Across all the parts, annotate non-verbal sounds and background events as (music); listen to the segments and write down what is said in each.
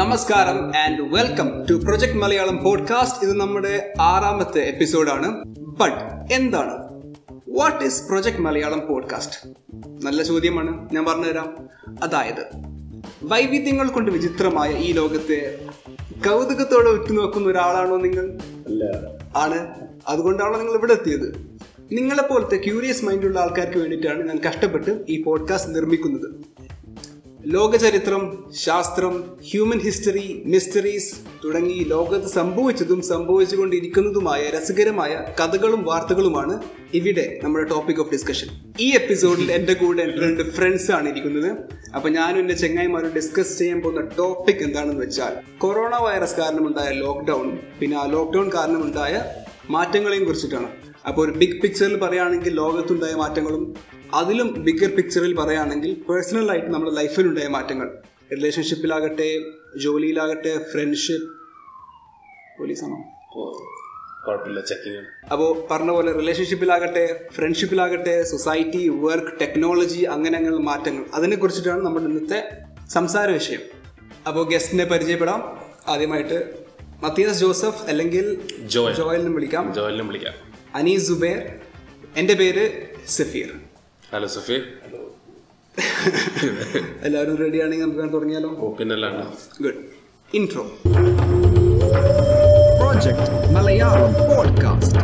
നമസ്കാരം and welcome to project Malayalam podcast ഇത് നമ്മുടെ ആറാമത്തെ എപ്പിസോഡാണ് ബട്ട് എന്താണ് what is project Malayalam podcast നല്ല ചോദ്യമാണ് ഞാൻ പറഞ്ഞുതരാം അതായത് വൈവിധ്യങ്ങൾ കൊണ്ട് വിചിത്രമായ ഈ ലോകത്തെ കൗതുകത്തോടെ ഉറ്റുനോക്കുന്ന ഒരാളാണോ നിങ്ങൾ അല്ല ആണ് അതുകൊണ്ടാണോ നിങ്ങൾ ഇവിടെ എത്തിയത് നിങ്ങളെപ്പോലത്തെ ക്യൂരിയസ് മൈൻഡുള്ള ആൾക്കാർക്ക് വേണ്ടിയിട്ടാണ് ഞാൻ കഷ്ടപ്പെട്ട് ഈ പോഡ്കാസ്റ്റ് നിർമ്മിക്കുന്നത് ലോകചരിത്രം ശാസ്ത്രം ഹ്യൂമൻ ഹിസ്റ്ററി മിസ്റ്ററീസ് തുടങ്ങി ലോകത്ത് സംഭവിച്ചതും സംഭവിച്ചുകൊണ്ടിരിക്കുന്നതുമായ രസകരമായ കഥകളും വാർത്തകളുമാണ് ഇവിടെ നമ്മുടെ ടോപ്പിക് ഓഫ് ഡിസ്കഷൻ ഈ എപ്പിസോഡിൽ എൻ്റെ കൂടെ രണ്ട് ഫ്രണ്ട്സ് ആണ് ഇരിക്കുന്നത് അപ്പൊ ഞാനും എൻ്റെ ചങ്ങായിമാരും ഡിസ്കസ് ചെയ്യാൻ പോകുന്ന ടോപ്പിക് എന്താണെന്ന് വെച്ചാൽ കൊറോണ വൈറസ് കാരണമുണ്ടായ ലോക്ക്ഡൗണും പിന്നെ ആ ലോക്ക്ഡൗൺ കാരണമുണ്ടായ മാറ്റങ്ങളെയും കുറിച്ചിട്ടാണ് അപ്പോൾ ഒരു ബിഗ് പിക്ചറിൽ പറയുകയാണെങ്കിൽ ലോകത്തുണ്ടായ മാറ്റങ്ങളും അതിലും ബിഗർ പിക്ചറിൽ പറയുകയാണെങ്കിൽ പേഴ്സണലായിട്ട് നമ്മുടെ ലൈഫിലുണ്ടായ മാറ്റങ്ങൾ റിലേഷൻഷിപ്പിലാകട്ടെ ജോലിയിലാകട്ടെ ഫ്രണ്ട്ഷിപ്പ് പോലീസാണോ ഓ, കുഴപ്പമില്ല ചെക്കിങ് അപ്പോൾ പറഞ്ഞ പോലെ റിലേഷൻഷിപ്പിലാകട്ടെ ഫ്രണ്ട്ഷിപ്പിലാകട്ടെ സൊസൈറ്റി വർക്ക് ടെക്നോളജി അങ്ങനെ അങ്ങനെയുള്ള മാറ്റങ്ങൾ അതിനെ കുറിച്ചിട്ടാണ് നമ്മുടെ ഇന്നത്തെ സംസാര വിഷയം അപ്പോൾ ഗസ്റ്റിനെ പരിചയപ്പെടാം ആദ്യമായിട്ട് മത്തിയാസ് ജോസഫ് അല്ലെങ്കിൽ ജോയൽ ജോയലിനും വിളിക്കാം ജോയലിനും വിളിക്കാം അനീസ് സുബേർ എൻ്റെ പേര് സഫീർ ഹലോ സുഫി എല്ലാവരും റെഡി ആണെങ്കിൽ നമുക്ക് അങ്ങ് തുടങ്ങിയാലോ ഓക്കെന്നല്ലാണ് good intro project Malayalam podcast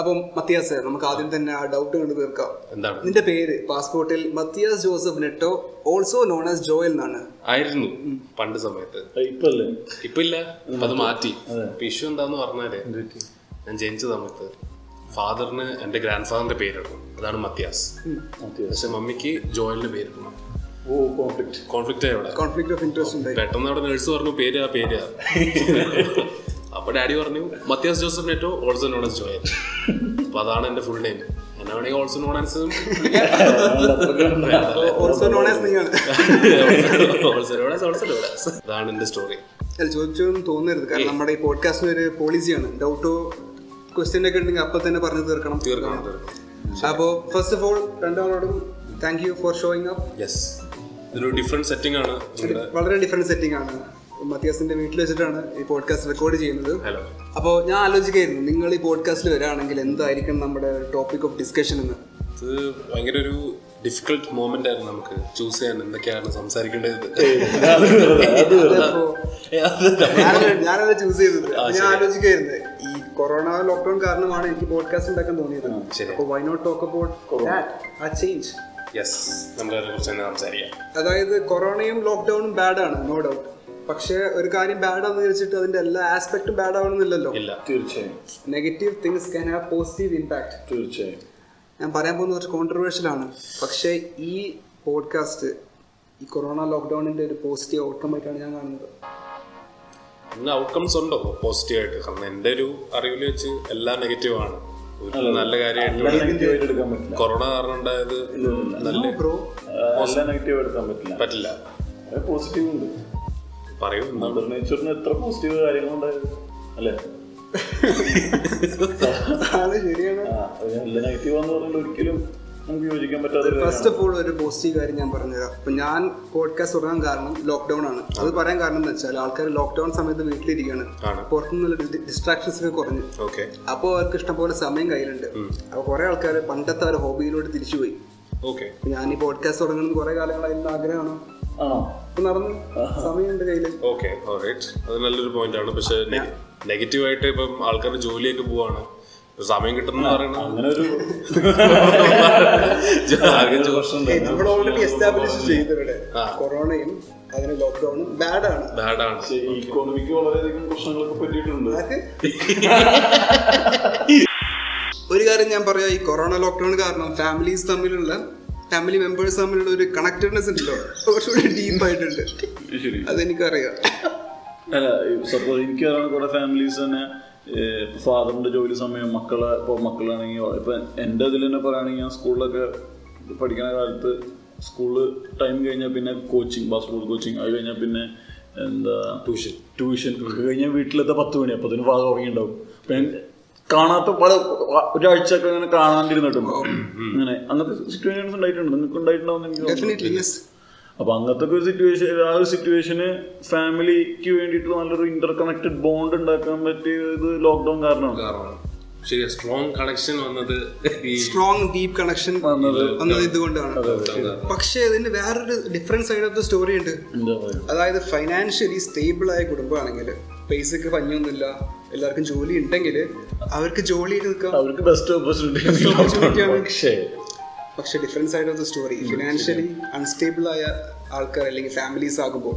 അപ്പം മത്തിയാസ് നമുക്ക് ആദ്യം തന്നെ ആ ഡൗട്ട് കൊണ്ട് തീർക്കാം എന്താണ് നിന്റെ പേര് പാസ്പോർട്ടിൽ Mathias Joseph Netto also known as Joel എന്നാണ് ആയിരുന്നു പണ്ട് സമയത്ത് ഇപ്പല്ലേ ഇപ്പൊ ഇല്ല ഇപ്പൊ അത് മാറ്റി ഇപ്പൊ ഇഷ്യൂ എന്താന്ന് പറഞ്ഞാല് ഞാൻ ജനിച്ച സമയത്ത് ഫാദറിന് എന്റെ ഗ്രാൻഡ് ഫാദറിന്റെ പേരിടണം അതാണ് മത്യാസ് പക്ഷെ മമ്മിക്ക് ജോയലിന്റെ പേരിടണം ഓ കോൺഫ്ലിക്റ്റ് കോൺഫ്ലിക്റ്റ് ആയി അവിടെ കോൺഫ്ലിക്റ്റ് ഓഫ് ഇൻട്രസ്റ്റ് (laughs) ഉണ്ടായി (laughs) പെട്ടെന്ന് അവിടെ നേഴ്സ് പറഞ്ഞു പേര് ആ പേര് ആ അപ്പൊ ഡാഡി പറഞ്ഞു Mathias Joseph Netto also known as Joel അപ്പൊ അതാണ് എന്റെ ഫുൾ നെയിം എന്നെ വേണമെങ്കിൽ also known as also known as നിങ്ങൾ also known as also known as അതാണ് എന്റെ സ്റ്റോറി ചോദിച്ചൊന്നും തോന്നരുത് കാരണം നമ്മുടെ ഈ പോഡ്കാസ്റ്റിന് ഒരു പോളിസിയാണ് ഡൗട്ടോ ക്വസ്റ്റ്യൻ ഒക്കെ ഉണ്ടെങ്കിൽ അപ്പം തന്നെ പറഞ്ഞു തീർക്കണം തീർക്കണം തീർക്കണം അപ്പോ ഫസ്റ്റ് ഓഫ് ഓൾ രണ്ടാളോടും thank you for showing up yes ഇതൊരു ഡിഫറെന്റ് സെറ്റിംഗ് ആണ് നിങ്ങളുടെ വളരെ ഡിഫറെന്റ് സെറ്റിംഗ് ആണ് മത്യാസിന്റെ വീട്ടിൽ വെച്ചിട്ടാണ് ഈ പോഡ്കാസ്റ്റ് റെക്കോർഡ് ചെയ്യുന്നത് ഹലോ അപ്പോൾ ഞാൻ ആലോചിക്കായിരുന്നു നിങ്ങൾ ഈ പോഡ്കാസ്റ്റിൽ വരാണെങ്കിൽ എന്തായിരിക്കും നമ്മുടെ ടോപ്പിക് ഓഫ് ഡിസ്കഷൻ എന്ന് ഇത് ഭയങ്കര ഒരു ഡിഫിക്കൽട്ട് മോമെന്റ് ആയിരുന്നു നമുക്ക് ചൂസ് ചെയ്യാൻ എന്തൊക്കെയാണ് സംസാരിക്കേണ്ടത് അപ്പോൾ ഞാനത് ചൂസ് ചെയ്തത് അപ്പോൾ ഞാൻ ആലോചിക്കായിരുന്നു ഈ കൊറോണ ലോക്ക്ഡൌൺ കാരണമാണ് എനിക്ക് പോഡ്കാസ്റ്റ് ഉണ്ടാക്കാൻ തോന്നിയത് ശരി അപ്പോൾ വൈ നോട്ട് ടോക്ക് അബൌട്ട് ആ ചേഞ്ച് യെസ് നമ്മളതിനെ കുറിച്ച് തന്നെ സംസാരിക്കാം അതായത് കൊറോണയും ലോക്ക്ഡൌണും ബാഡാണ് നോ ഡൗട്ട് പക്ഷേ ഒരു കാര്യം ബാഡാന്ന് വിചാരിച്ചിട്ട് അതിന്റെ എല്ലാ ആസ്പെക്ടും ബാഡ് ആവണമെന്നില്ലല്ലോ ഇല്ല തീർച്ചയായും negative things can have positive impact തീർച്ചയായും ഞാൻ പറയാൻ പോകുന്നത് കുറച്ച് കോൺട്രവേഴ്ഷ്യൽ ആണ് പക്ഷേ ഈ പോഡ്കാസ്റ്റ് ഈ കൊറോണ ലോക്ക്ഡൌണിന്റെ ഒരു പോസിറ്റീവ് ഔട്ട്കം ആയിട്ടാണ് ഞാൻ കാണുന്നത് ഇന്ന് ഔട്ട്കംസ് ഉണ്ടോ പോസിറ്റീവ് ആയിട്ട് കാരണം എൻ്റെ ഒരു അറിവിൽ വെച്ച് എല്ലാം നെഗറ്റീവ് ആണ് ഒരു നല്ല കാര്യമായിട്ട് എല്ലാം നെഗറ്റീവ് ആയിട്ട് എടുക്കാൻ പറ്റില്ല കൊറോണ കാരണം ഉണ്ടായത് നല്ല ബ്രോ ആ, എല്ലാം നെഗറ്റീവ് എടുക്കാൻ പറ്റില്ല പറ്റില്ല പോസിറ്റീവ് ഉണ്ട് പറയൂ എന്താണ് മദർ നേച്ചറിന് എത്ര പോസിറ്റീവ് കാര്യങ്ങളുണ്ടായത് അല്ലേ അത് ശരിയാണ് ആ എല്ലാം നെഗറ്റീവ് എന്ന് പറഞ്ഞാൽ ഒരിക്കലും നമുക്ക് യോജിക്കാൻ പറ്റാത്ത ഫസ്റ്റ് ഓഫ് ഓൾ ഒരു പോസിറ്റീവ് കാര്യം ഞാൻ പറഞ്ഞുതരാം അപ്പം ഞാൻ പോഡ്കാസ്റ്റ് തുടങ്ങാൻ കാരണം ലോക്ക്ഡൗൺ ആണ് അത് പറയാൻ കാരണം എന്ന് വെച്ചാൽ ആൾക്കാർ ലോക്ക്ഡൗൺ സമയത്ത് വീട്ടിലിരിക്കുകയാണ് ആണ് പുറത്തുനിന്നുള്ള ഡിസ്ട്രാക്ഷൻസ് ഒക്കെ കുറഞ്ഞു ഓക്കെ അപ്പോൾ അവർക്ക് ഇഷ്ടംപോലെ സമയം കയ്യിലുണ്ട് അപ്പോൾ കുറേ ആൾക്കാർ പണ്ടത്തെ അവരുടെ ഹോബിയിലോട്ട് തിരിച്ചുപോയി ഓക്കെ അപ്പൊ ഞാൻ ഈ പോഡ്കാസ്റ്റ് തുടങ്ങണമെന്ന് കുറേ കാലങ്ങളായിരുന്നു ആഗ്രഹമാണ് ആണോ അപ്പം നടന്നു സമയമുണ്ട് കയ്യിൽ ഓക്കെ ഓൾറൈറ്റ് അത് നല്ലൊരു പോയിന്റ് ആണ് പക്ഷെ നെഗറ്റീവ് ആയിട്ട് ഇപ്പം ആൾക്കാർ ജോലിയൊക്കെ പോവാണ് സമയം കിട്ടുന്ന പറയണത് അങ്ങനെ ഒരു ആകെ ജോ- പ്രശ്നം (laughs) നമ്മൾ ഓൾറെഡി എസ്റ്റാബ്ലിഷ് ചെയ്തവരുടെ ആ. കൊറോണയും അതിന് ലോക്ക്ഡൌണും ബാഡാണ് ബാഡാണ് ഇക്കോണമിക്ക് വളരെയധികം പ്രശ്നങ്ങളൊക്കെ പറ്റിയിട്ടുണ്ട് അത് ഒരു കാര്യം ഞാൻ പറയാം ഈ കൊറോണ ലോക്ക്ഡൌൺ കാരണം ഫാമിലീസ് തമ്മിലുള്ള ഫാമിലി മെമ്പേഴ്സ് തമ്മിലുള്ള ഒരു കണക്റ്റഡ്നെസ് ഉണ്ടല്ലോ കുറച്ചുകൂടി ഡീപ്പായിട്ടുണ്ട് ശരി അതെനിക്കറിയാം അല്ല സപ്പോസ് എനിക്ക് അറിയാവുന്ന കുറെ ഫാമിലീസ് തന്നെ ഫാദറിന്റെ ജോലി സമയം മക്കളെ ഇപ്പോൾ മക്കളാണെങ്കിൽ ഇപ്പൊ എൻ്റെ ഇതിൽ തന്നെ പറയുകയാണെങ്കിൽ ഞാൻ സ്കൂളിലൊക്കെ പഠിക്കുന്ന കാലത്ത് സ്കൂള് ടൈം കഴിഞ്ഞാൽ പിന്നെ കോച്ചിങ് ബാസ്കetball കോച്ചിങ് അത് കഴിഞ്ഞാൽ പിന്നെ എന്താ ട്യൂഷൻ ട്യൂഷൻ കഴിഞ്ഞാൽ വീട്ടിലെത്താൻ പത്ത് മണി അപ്പോൾ അതിന് ഫാദർ ഉറങ്ങിയിട്ടുണ്ടാവും അപ്പം ഞാൻ കാണാത്ത പല ഒരാഴ്ച ഒക്കെ അങ്ങനെ കാണാണ്ടിരുന്നിട്ടുണ്ട് അങ്ങനെ അങ്ങനത്തെ സിറ്റുവേഷൻസ് ഉണ്ടായിട്ടുണ്ട് നിങ്ങൾക്ക് ഉണ്ടായിട്ടുണ്ടാവും എന്ന് എനിക്ക് തോന്നുന്നു. ഡെഫിനറ്റ്ലി യെസ് അപ്പൊ അങ്ങനത്തെ ഒക്കെ ഒരു സിറ്റുവേഷൻ ആ ഒരു സിറ്റുവേഷന് ഫാമിലിക്ക് വേണ്ടിയിട്ട് നല്ലൊരു ഇന്റർ കണക്റ്റഡ് ബോണ്ട് ഉണ്ടാക്കാൻ പറ്റിയത് ലോക്ക്ഡൌൺ കാരണമാണ് കാരണമാണ് ശരി സ്ട്രോങ് കണക്ഷൻ വന്നത് ഈ സ്ട്രോങ് ഡീപ് കണക്ഷൻ വന്നത് വന്നത് ഇതുകൊണ്ടാണ് പക്ഷേ ഇതിന്റെ വേറൊരു different side of the story ഉണ്ട് എന്താ പറയുക അതായത് ഫൈനാൻഷ്യലി സ്റ്റേബിൾ ആയ കുടുംബമാണെങ്കിൽ പൈസക്ക് പഞ്ഞൊന്നുമില്ല എല്ലാവർക്കും ജോലി ഉണ്ടെങ്കിൽ അവർക്ക് ജോലിയിൽ നിൽക്കാം അവർക്ക് ബെസ്റ്റ് opportunity ഓപ്പർച്യൂണിറ്റി ആണ്. പക്ഷേ പക്ഷെ different side of the story financially unstable ആയ ആൾക്കാർ അല്ലെങ്കിൽ ഫാമിലീസ് ആകുമ്പോൾ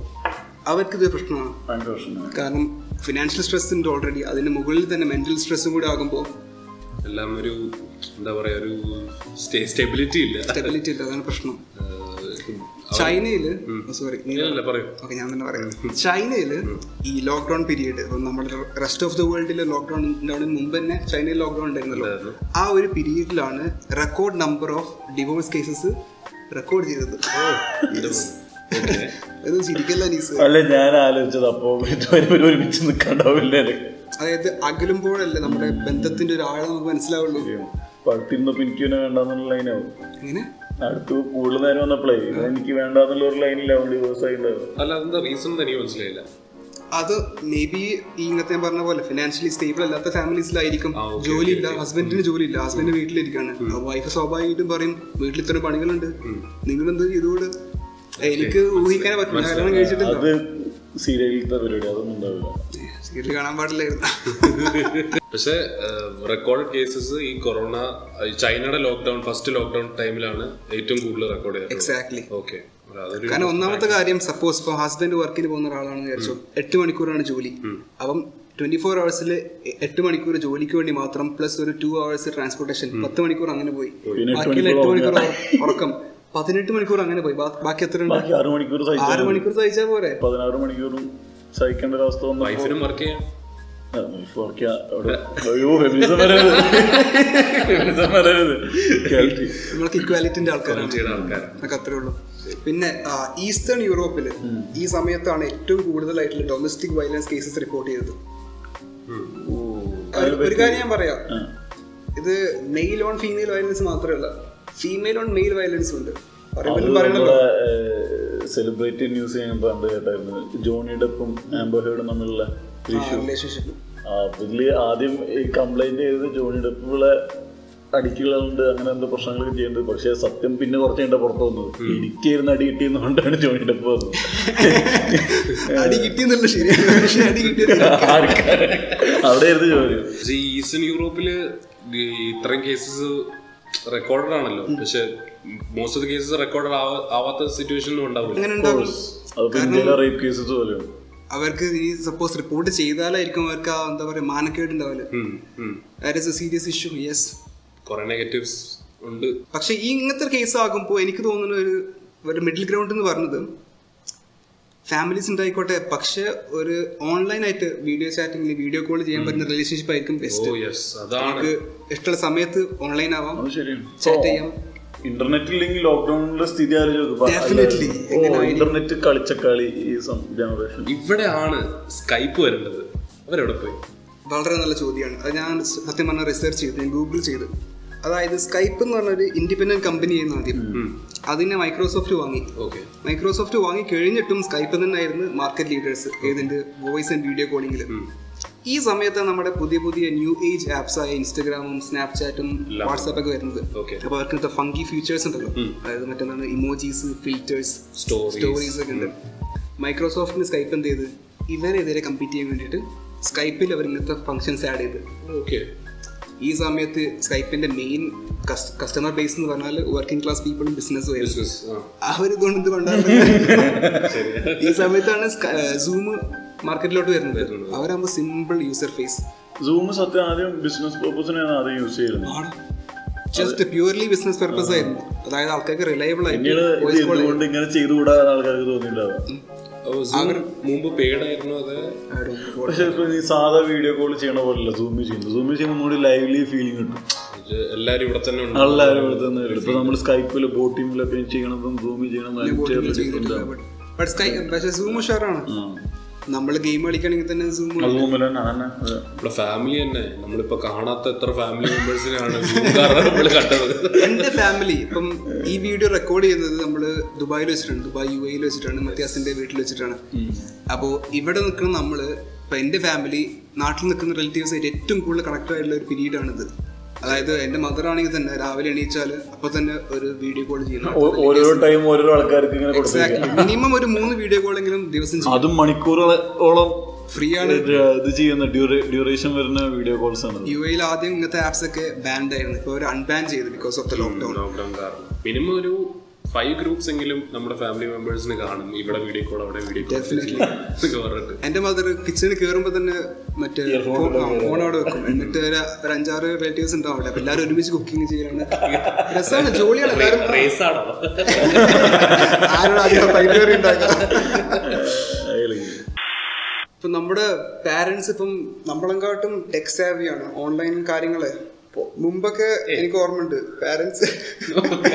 അവർക്കിത് പ്രശ്നമാണ് ഭയങ്കര പ്രശ്നമാണ് കാരണം ഫിനാൻഷ്യൽ സ്ട്രെസ് ഉണ്ട് ഓൾറെഡി അതിന് മുകളിൽ തന്നെ മെന്റൽ സ്ട്രെസ്സും കൂടെ ആകുമ്പോൾ എല്ലാം ഒരു എന്താ പറയാ ഒരു സ്റ്റെബിലിറ്റി ഇല്ല സ്റ്റെബിലിറ്റി ഇല്ല അതാണ് പ്രശ്നം ഏഹ്, ചൈനയിൽ സോറി ഇല്ലല്ല പറയൂ ഓക്കെ ഞാൻ തന്നെ പറയാം ചൈനയിൽ ഈ ലോക്ക്ഡൗൺ പീരീഡ് നമ്മുടെ റെസ്റ്റ് ഓഫ് ദ വേൾഡിലെ ലോക്ക്ഡൗൺ മുമ്പ് തന്നെ ചൈനയിൽ ലോക്ക്ഡൗൺ ഉണ്ടായിരുന്നല്ലോ ആ ഒരു പീരീഡിലാണ് record number of divorce cases record ചെയ്തത് അത് ശരിക്കല്ല നീസ് അല്ല ഞാൻ ആലോചിച്ചത് അപ്പോ ഇതുവരെ ഒരുമിച്ച് നിൽക്കണ്ടാവില്ല അതായത് അകലുമ്പോഴല്ലേ നമ്മുടെ ബന്ധത്തിന്റെ ഒരു ആഴം നമുക്ക് മനസ്സിലാവുള്ളൂ തിന്നപ്പോ എനിക്ക് ഇവനെ വേണ്ടെന്നുള്ള ലൈനാവും അങ്ങനെ അടുത്ത് കൂടുതൽ നേരം വന്നപ്പോഴേ ഇവൻ എനിക്ക് വേണ്ടാന്നുള്ള ഒരു ലൈനിലാവും ഡിവോഴ്സ് ആയിട്ടുണ്ടാവും അല്ല അതിന്റെ റീസൺ എനിക്ക് മനസ്സിലായില്ല അത് മേ ബി ഈ ഇങ്ങനത്തെ ഞാൻ പറഞ്ഞ പോലെ ഫിനാൻഷ്യലി സ്റ്റേബിൾ അല്ലാത്ത ഫാമിലീസിലായിരിക്കും ജോലിയില്ല ഹസ്ബൻഡിന് ജോലിയില്ല ഹസ്ബൻഡ് വീട്ടിലിരിക്കാണ് വൈഫ് സ്വാഭാവികമായിട്ടും പറയും വീട്ടിൽ ഇത്ര പണികളുണ്ട് നിങ്ങൾ എന്ത് ചെയ്തുകൂടെ എനിക്ക് ഊഹിക്കാനേ പറ്റില്ല കല്യാണം കഴിച്ചിട്ടില്ല അത് സീരിയലിലത്തെ പരിപാടി അതൊന്നും ഉണ്ടാവില്ല സീരിയൽ കാണാൻ പാടില്ലായിരുന്നു പക്ഷേ റെക്കോർഡ് കേസസ് ഈ കൊറോണ ചൈനയുടെ ലോക്ക്ഡൌൺ ഫസ്റ്റ് ലോക്ക്ഡൌൺ ടൈമിലാണ് ഏറ്റവും കൂടുതൽ റെക്കോർഡ് ചെയ്തത് എക്സാക്ട്ലി ഓക്കെ അതൊരു കാരണം ഒന്നാമത്തെ കാര്യം സപ്പോസ് ഇപ്പോൾ ഹസ്ബൻഡ് വർക്കിന് പോകുന്ന ഒരാളാണെന്ന് വിചാരിച്ചു എട്ട് മണിക്കൂറാണ് ജോലി അപ്പം ട്വന്റി ഫോർ അവേഴ്സിൽ എട്ട് മണിക്കൂർ ജോലിക്ക് വേണ്ടി മാത്രം പ്ലസ് ഒരു ടു അവേഴ്സ് ട്രാൻസ്പോർട്ടേഷൻ പത്ത് മണിക്കൂർ അങ്ങനെ പോയി പിന്നെ ബാക്കിയുള്ള എട്ട് മണിക്കൂർ ഉറക്കം പതിനെട്ട് മണിക്കൂർ അങ്ങനെ പോയി ബാ- ബാക്കി എത്ര ഉണ്ട് ബാക്കി ആറ് മണിക്കൂർ ആറ് സഹിച്ചു മണിക്കൂർ സഹിച്ചാൽ പോരെ പതിനാറ് മണിക്കൂറും സഹിക്കേണ്ട ഒരു അവസ്ഥ വന്നു വൈഫിനും വർക്ക് ചെയ്യാം ആ, wife work ചെയ്യാ- അവിടെ- അയ്യോ, feminism വരരുത്. Feminism വരരുത്. Equality. നമ്മൾക്ക് ഇക്വാലിറ്റിന്റെ ആൾക്കാരാണ് ചെയ്യുന്ന ആൾക്കാരാണ് നമുക്ക് അത്രേ ഉള്ളൂ പിന്നെ ഈസ്റ്റേൺ യൂറോപ്പിൽ ഈ സമയത്താണ് ഏറ്റവും കൂടുതലായിട്ടുള്ള ഡൊമസ്റ്റിക് വയലൻസ് കേസസ് റിപ്പോർട്ട് ചെയ്തത് ഒരു- ഒരു കാര്യം ഞാൻ പറയാം ആ. ഇത് മെയിൽ ഓൺ ഫീമെയിൽ വയലൻസ് മാത്രമല്ല ഫീമെയിൽ ഓൺ മെയിൽ വയലൻസ് ഉണ്ട് അത് പറയുമ്പോൾ പറയണല്ലോ നമ്മുടെ, ഏഹ്, സെലിബ്രിറ്റി ന്യൂസ് ഞാൻ പണ്ട് കേട്ടായിരുന്നു ജോണി ഡെപ്പും ആംബർ ഹേർഡും തമ്മിലുള്ള ഇഷ്യൂ റിലേഷൻഷിപ്പ് അതില് ആദ്യം ഈ കംപ്ലൈന്റ് ചെയ്തത് ജോണി ഡെപ്പുള്ള അടിക്കുകളുണ്ട് അങ്ങനെ എന്തോ പ്രശ്നങ്ങളൊക്കെ ചെയ്യുന്നത് പക്ഷെ സത്യം പിന്നെ കുറച്ച് കഴിഞ്ഞാൽ പുറത്തു വന്നത് എനിക്കായിരുന്നു അടി കിട്ടിയെന്നുകൊണ്ടാണ് ജോണി ഡെപ്പ് വന്നത് അടി കിട്ടിയെന്നുള്ള ശരിയാണ് പക്ഷെ അടി കിട്ടിയത് ആർക്കാണ്? അവിടെയായിരുന്നു ജോലി പക്ഷേ ഈ ഈസ്റ്റേൺ യൂറോപ്പില് ഈ ഇത്രയും കേസസ് റെക്കോർഡഡ് ആണല്ലോ പക്ഷെ most of the cases recorded ആവാത്ത സിറ്റുവേഷനും ഉണ്ടാവില്ല അങ്ങനെ ഉണ്ടാവും അതിപ്പോ ഇന്ത്യയിലെ റേപ്പ് കേസസ് പോലെയാണ് അവർക്ക് ഇനി സപ്പോസ് റിപ്പോർട്ട് ചെയ്താലായിരിക്കും അവർക്ക് ആ എന്താ പറയുക മാനക്കേട് ഉണ്ടാവില്ല that is a serious issue yes കുറെ നെഗറ്റീവ്സ് ഉണ്ട് പക്ഷെ ഈ ഇങ്ങനത്തെ കേസ് ആകുമ്പോൾ എനിക്ക് തോന്നുന്ന ഒരു ഒരു മിഡിൽ ഗ്രൗണ്ട് എന്ന് പറഞ്ഞത് ഫാമിലീസ് ഉണ്ടായിക്കോട്ടെ പക്ഷെ ഒരു ഓൺലൈനായിട്ട് വീഡിയോ ചാറ്റിംഗിൽ വീഡിയോ കോൾ ചെയ്യാൻ പറ്റുന്ന റിലേഷൻഷിപ്പ് ആയിരിക്കും ഓ ബെസ്റ്റ് യെസ് Oh, അതാണ് നമുക്ക് ഇഷ്ടമുള്ള സമയത്ത് ഓൺലൈൻ ആവാം അത് ശരിയാണ് ചാറ്റ് ചെയ്യാം ഇന്റർനെറ്റ് ഇല്ലെങ്കിൽ ലോക്ക്ഡൌണിലെ സ്ഥിതി Definitely. എങ്ങനെയായിരിക്കും? ഇന്റർനെറ്റ് കളിച്ച കളി ഈ ജനറേഷൻ ഇവിടെയാണ് സ്കൈപ്പ് വരേണ്ടത് അവരെവിടെ പോയി വളരെ നല്ല ചോദ്യമാണ് അത് ഞാൻ സത്യം പറഞ്ഞ റിസർച്ച് ചെയ്തു ഞാൻ ഗൂഗിൾ ചെയ്തു അതായത് സ്കൈപ്പ് എന്ന് പറഞ്ഞ ഒരു ഇൻഡിപെൻഡന്റ് കമ്പനി ആയിരുന്നു ആദ്യം അതിനെ മൈക്രോസോഫ്റ്റ് വാങ്ങി ഓക്കെ മൈക്രോസോഫ്റ്റ് വാങ്ങി കഴിഞ്ഞിട്ടും സ്കൈപ്പ് തന്നെയായിരുന്നു മാർക്കറ്റ് ലീഡേഴ്സ് ഏതിൻ്റെ വോയിസ് ആൻഡ് വീഡിയോ കോളിംഗിൽ ഈ സമയത്ത് നമ്മുടെ പുതിയ പുതിയ ന്യൂ ഏജ് ആപ്സ് ആയ ഇൻസ്റ്റഗ്രാമും സ്നാപ്ചാറ്റും വാട്സാപ്പ് ഒക്കെ വരുന്നത് Okay. അപ്പോൾ അവർക്ക് ഇന്നത്തെ ഫങ്കി ഫീച്ചേഴ്സ് ഉണ്ടല്ലോ അതായത് മറ്റെന്താണ് ഇമോജീസ് ഫിൽറ്റേഴ്സ് സ്റ്റോറി സ്റ്റോറീസ് ഒക്കെ ഉണ്ട് മൈക്രോസോഫ്റ്റിന് സ്കൈപ്പ് എന്ത് ചെയ്ത് ഇവരെതിരെ കമ്പീറ്റ് ചെയ്യാൻ വേണ്ടിയിട്ട് സ്കൈപ്പിൽ അവർ ഇങ്ങനത്തെ ഫങ്ഷൻസ് ആഡ് ചെയ്ത് ഓക്കെ ഈ സമയത്ത് സ്കൈപ്പിന്റെ മെയിൻ കസ്റ്റമർ ബേസ് എന്ന് പറഞ്ഞാൽ വർക്കിംഗ് ക്ലാസ് പീപ്പിളും ബിസിനസ്സും ആയിരുന്നു ബിസിനസ് അവരിതുകൊണ്ട് ഇത് (laughs) കൊണ്ടാണ് ഈ സമയത്താണ് സൂം മാർക്കറ്റിലോട്ട് വരുന്നത് അവരാകുമ്പോൾ സിമ്പിൾ യൂസർ ഫേസ് സൂം സത്യം ആദ്യം ബിസിനസ് പർപ്പസിനാണ് ആദ്യം യൂസ് ചെയ്യുന്നത് ജസ്റ്റ് പ്യൂർലി ബിസിനസ് പർപ്പസ് ആയിരുന്നു അതായത് ആൾക്കാർക്ക് റിലയബിൾ ആയിട്ട് പിന്നീട് ഇത് എന്തുകൊണ്ട് ഇങ്ങനെ ചെയ്തുകൂടാ എന്ന് ആൾക്കാർക്ക് തോന്നിയിട്ടുണ്ടാവും മുമ്പ് പെയ്ഡ് ആയിരുന്നു അത് പക്ഷെ ഇപ്പൊ ഈ സാധാ വീഡിയോ കോൾ ചെയ്യണ പോലെയല്ല സൂം ചെയ്യുന്നത് സൂം ചെയ്യുമ്പോൾ നമ്മുടെ ലൈവ്ലി ഫീലിംഗ് കിട്ടും ഇത് എല്ലാരും ഇവിടെ തന്നെ ഉണ്ട് എല്ലാവരും ഇവിടെ തന്നെ വരും. ഇപ്പൊ നമ്മൾ സ്കൈപ്പില് ബോട്ടിങ്ങിലൊക്കെ ചെയ്യണതും സൂം ചെയ്യണം ബട്ട് സ്കൈ പക്ഷേ സൂം ഉഷാറാണ് നമ്മൾ ഗെയിം കളിക്കണമെങ്കിൽ തന്നെ സൂം അതുപോലെ തന്നെ അതെ. നമ്മുടെ ഫാമിലി തന്നെ നമ്മളിപ്പോ കാണാത്ത എത്ര ഫാമിലി (laughs) മെമ്പേഴ്സിനെയാണ് നമ്മൾ കണ്ടത് എന്റെ ഫാമിലി ഇപ്പം ഈ വീഡിയോ റെക്കോർഡ് ചെയ്യുന്നത് നമ്മൾ ദുബായിൽ വെച്ചിട്ടുണ്ട് ദുബായ് യു എയിൽ വെച്ചിട്ടാണ് മത്യാസിന്റെ വീട്ടിൽ വെച്ചിട്ടാണ് അപ്പോൾ ഇവിടെ നിൽക്കുന്ന നമ്മൾ ഇപ്പം എൻ്റെ ഫാമിലി നാട്ടിൽ നിൽക്കുന്ന റിലേറ്റീവ്സ് ആയിട്ട് ഏറ്റവും കൂടുതൽ കണക്റ്റഡ് ആയിട്ടുള്ള ഒരു പീരീഡാണിത് അതായത് എൻ്റെ മദർ ആണെങ്കിൽ തന്നെ രാവിലെ എണീച്ചാൽ അപ്പോൾ തന്നെ ഒരു വീഡിയോ കോൾ ചെയ്യണം ഓ- ഓരോരോ ടൈം ഓരോരോ ആൾക്കാർക്ക് ഇങ്ങനെ കൊടുത്തു എക്സാക്ട്ലി മിനിമം ഒരു മൂന്ന് വീഡിയോ കോളെങ്കിലും ദിവസം ചെയ്യും അതും മണിക്കൂറുകളോളം ഫ്രീ ആണ് ഇത് ചെയ്യുന്ന ഡ്യൂറേഷൻ വരുന്ന വീഡിയോ കോൾസ് ആണ് യു എയിൽ ആദ്യം ഇങ്ങനത്തെ ആപ്സ് ഒക്കെ ബാൻഡ് ആയിരുന്നു ഇപ്പോൾ അവർ അൺബാൻ ചെയ്തു because of the lockdown lockdown കാരണം മിനിമം ഒരു ഫൈവ് ഗ്രൂപ്പ്സ് എങ്കിലും നമ്മുടെ ഫാമിലി മെമ്പേഴ്സിന് കാണും ഇവിടെ വീഡിയോ കോൾ അവിടെ വീഡിയോ കോൾ എന്നൊക്കെ പറഞ്ഞിട്ട് എന്റെ മദർ കിച്ചണിൽ കയറുമ്പോൾ തന്നെ മറ്റേ ഫോൺ ആ, ഫോൺ അവിടെ വെക്കും എന്നിട്ട് ഒരു ഒരു അഞ്ചാറ് റിലേറ്റീവ്സ് ഉണ്ടാവും അവിടെ അപ്പൊ എല്ലാവരും ഒരുമിച്ച് കുക്കിംഗ് ചെയ്യലാണ് രസമാണ് ജോലിയാണ് എല്ലാവരും റേസ് ആണോ ആരോട് അധികം പൈലറി ഉണ്ടാക്കുക ഇപ്പൊ നമ്മുടെ പാരന്റ്സ് ഇപ്പം നമ്മളെങ്കാട്ടും ടെക് സാവിയാണ് ഓൺലൈൻ കാര്യങ്ങള് ഇപ്പൊ മുമ്പൊക്കെ എനിക്ക് ഓർമ്മയുണ്ട് പാരന്റ്സ്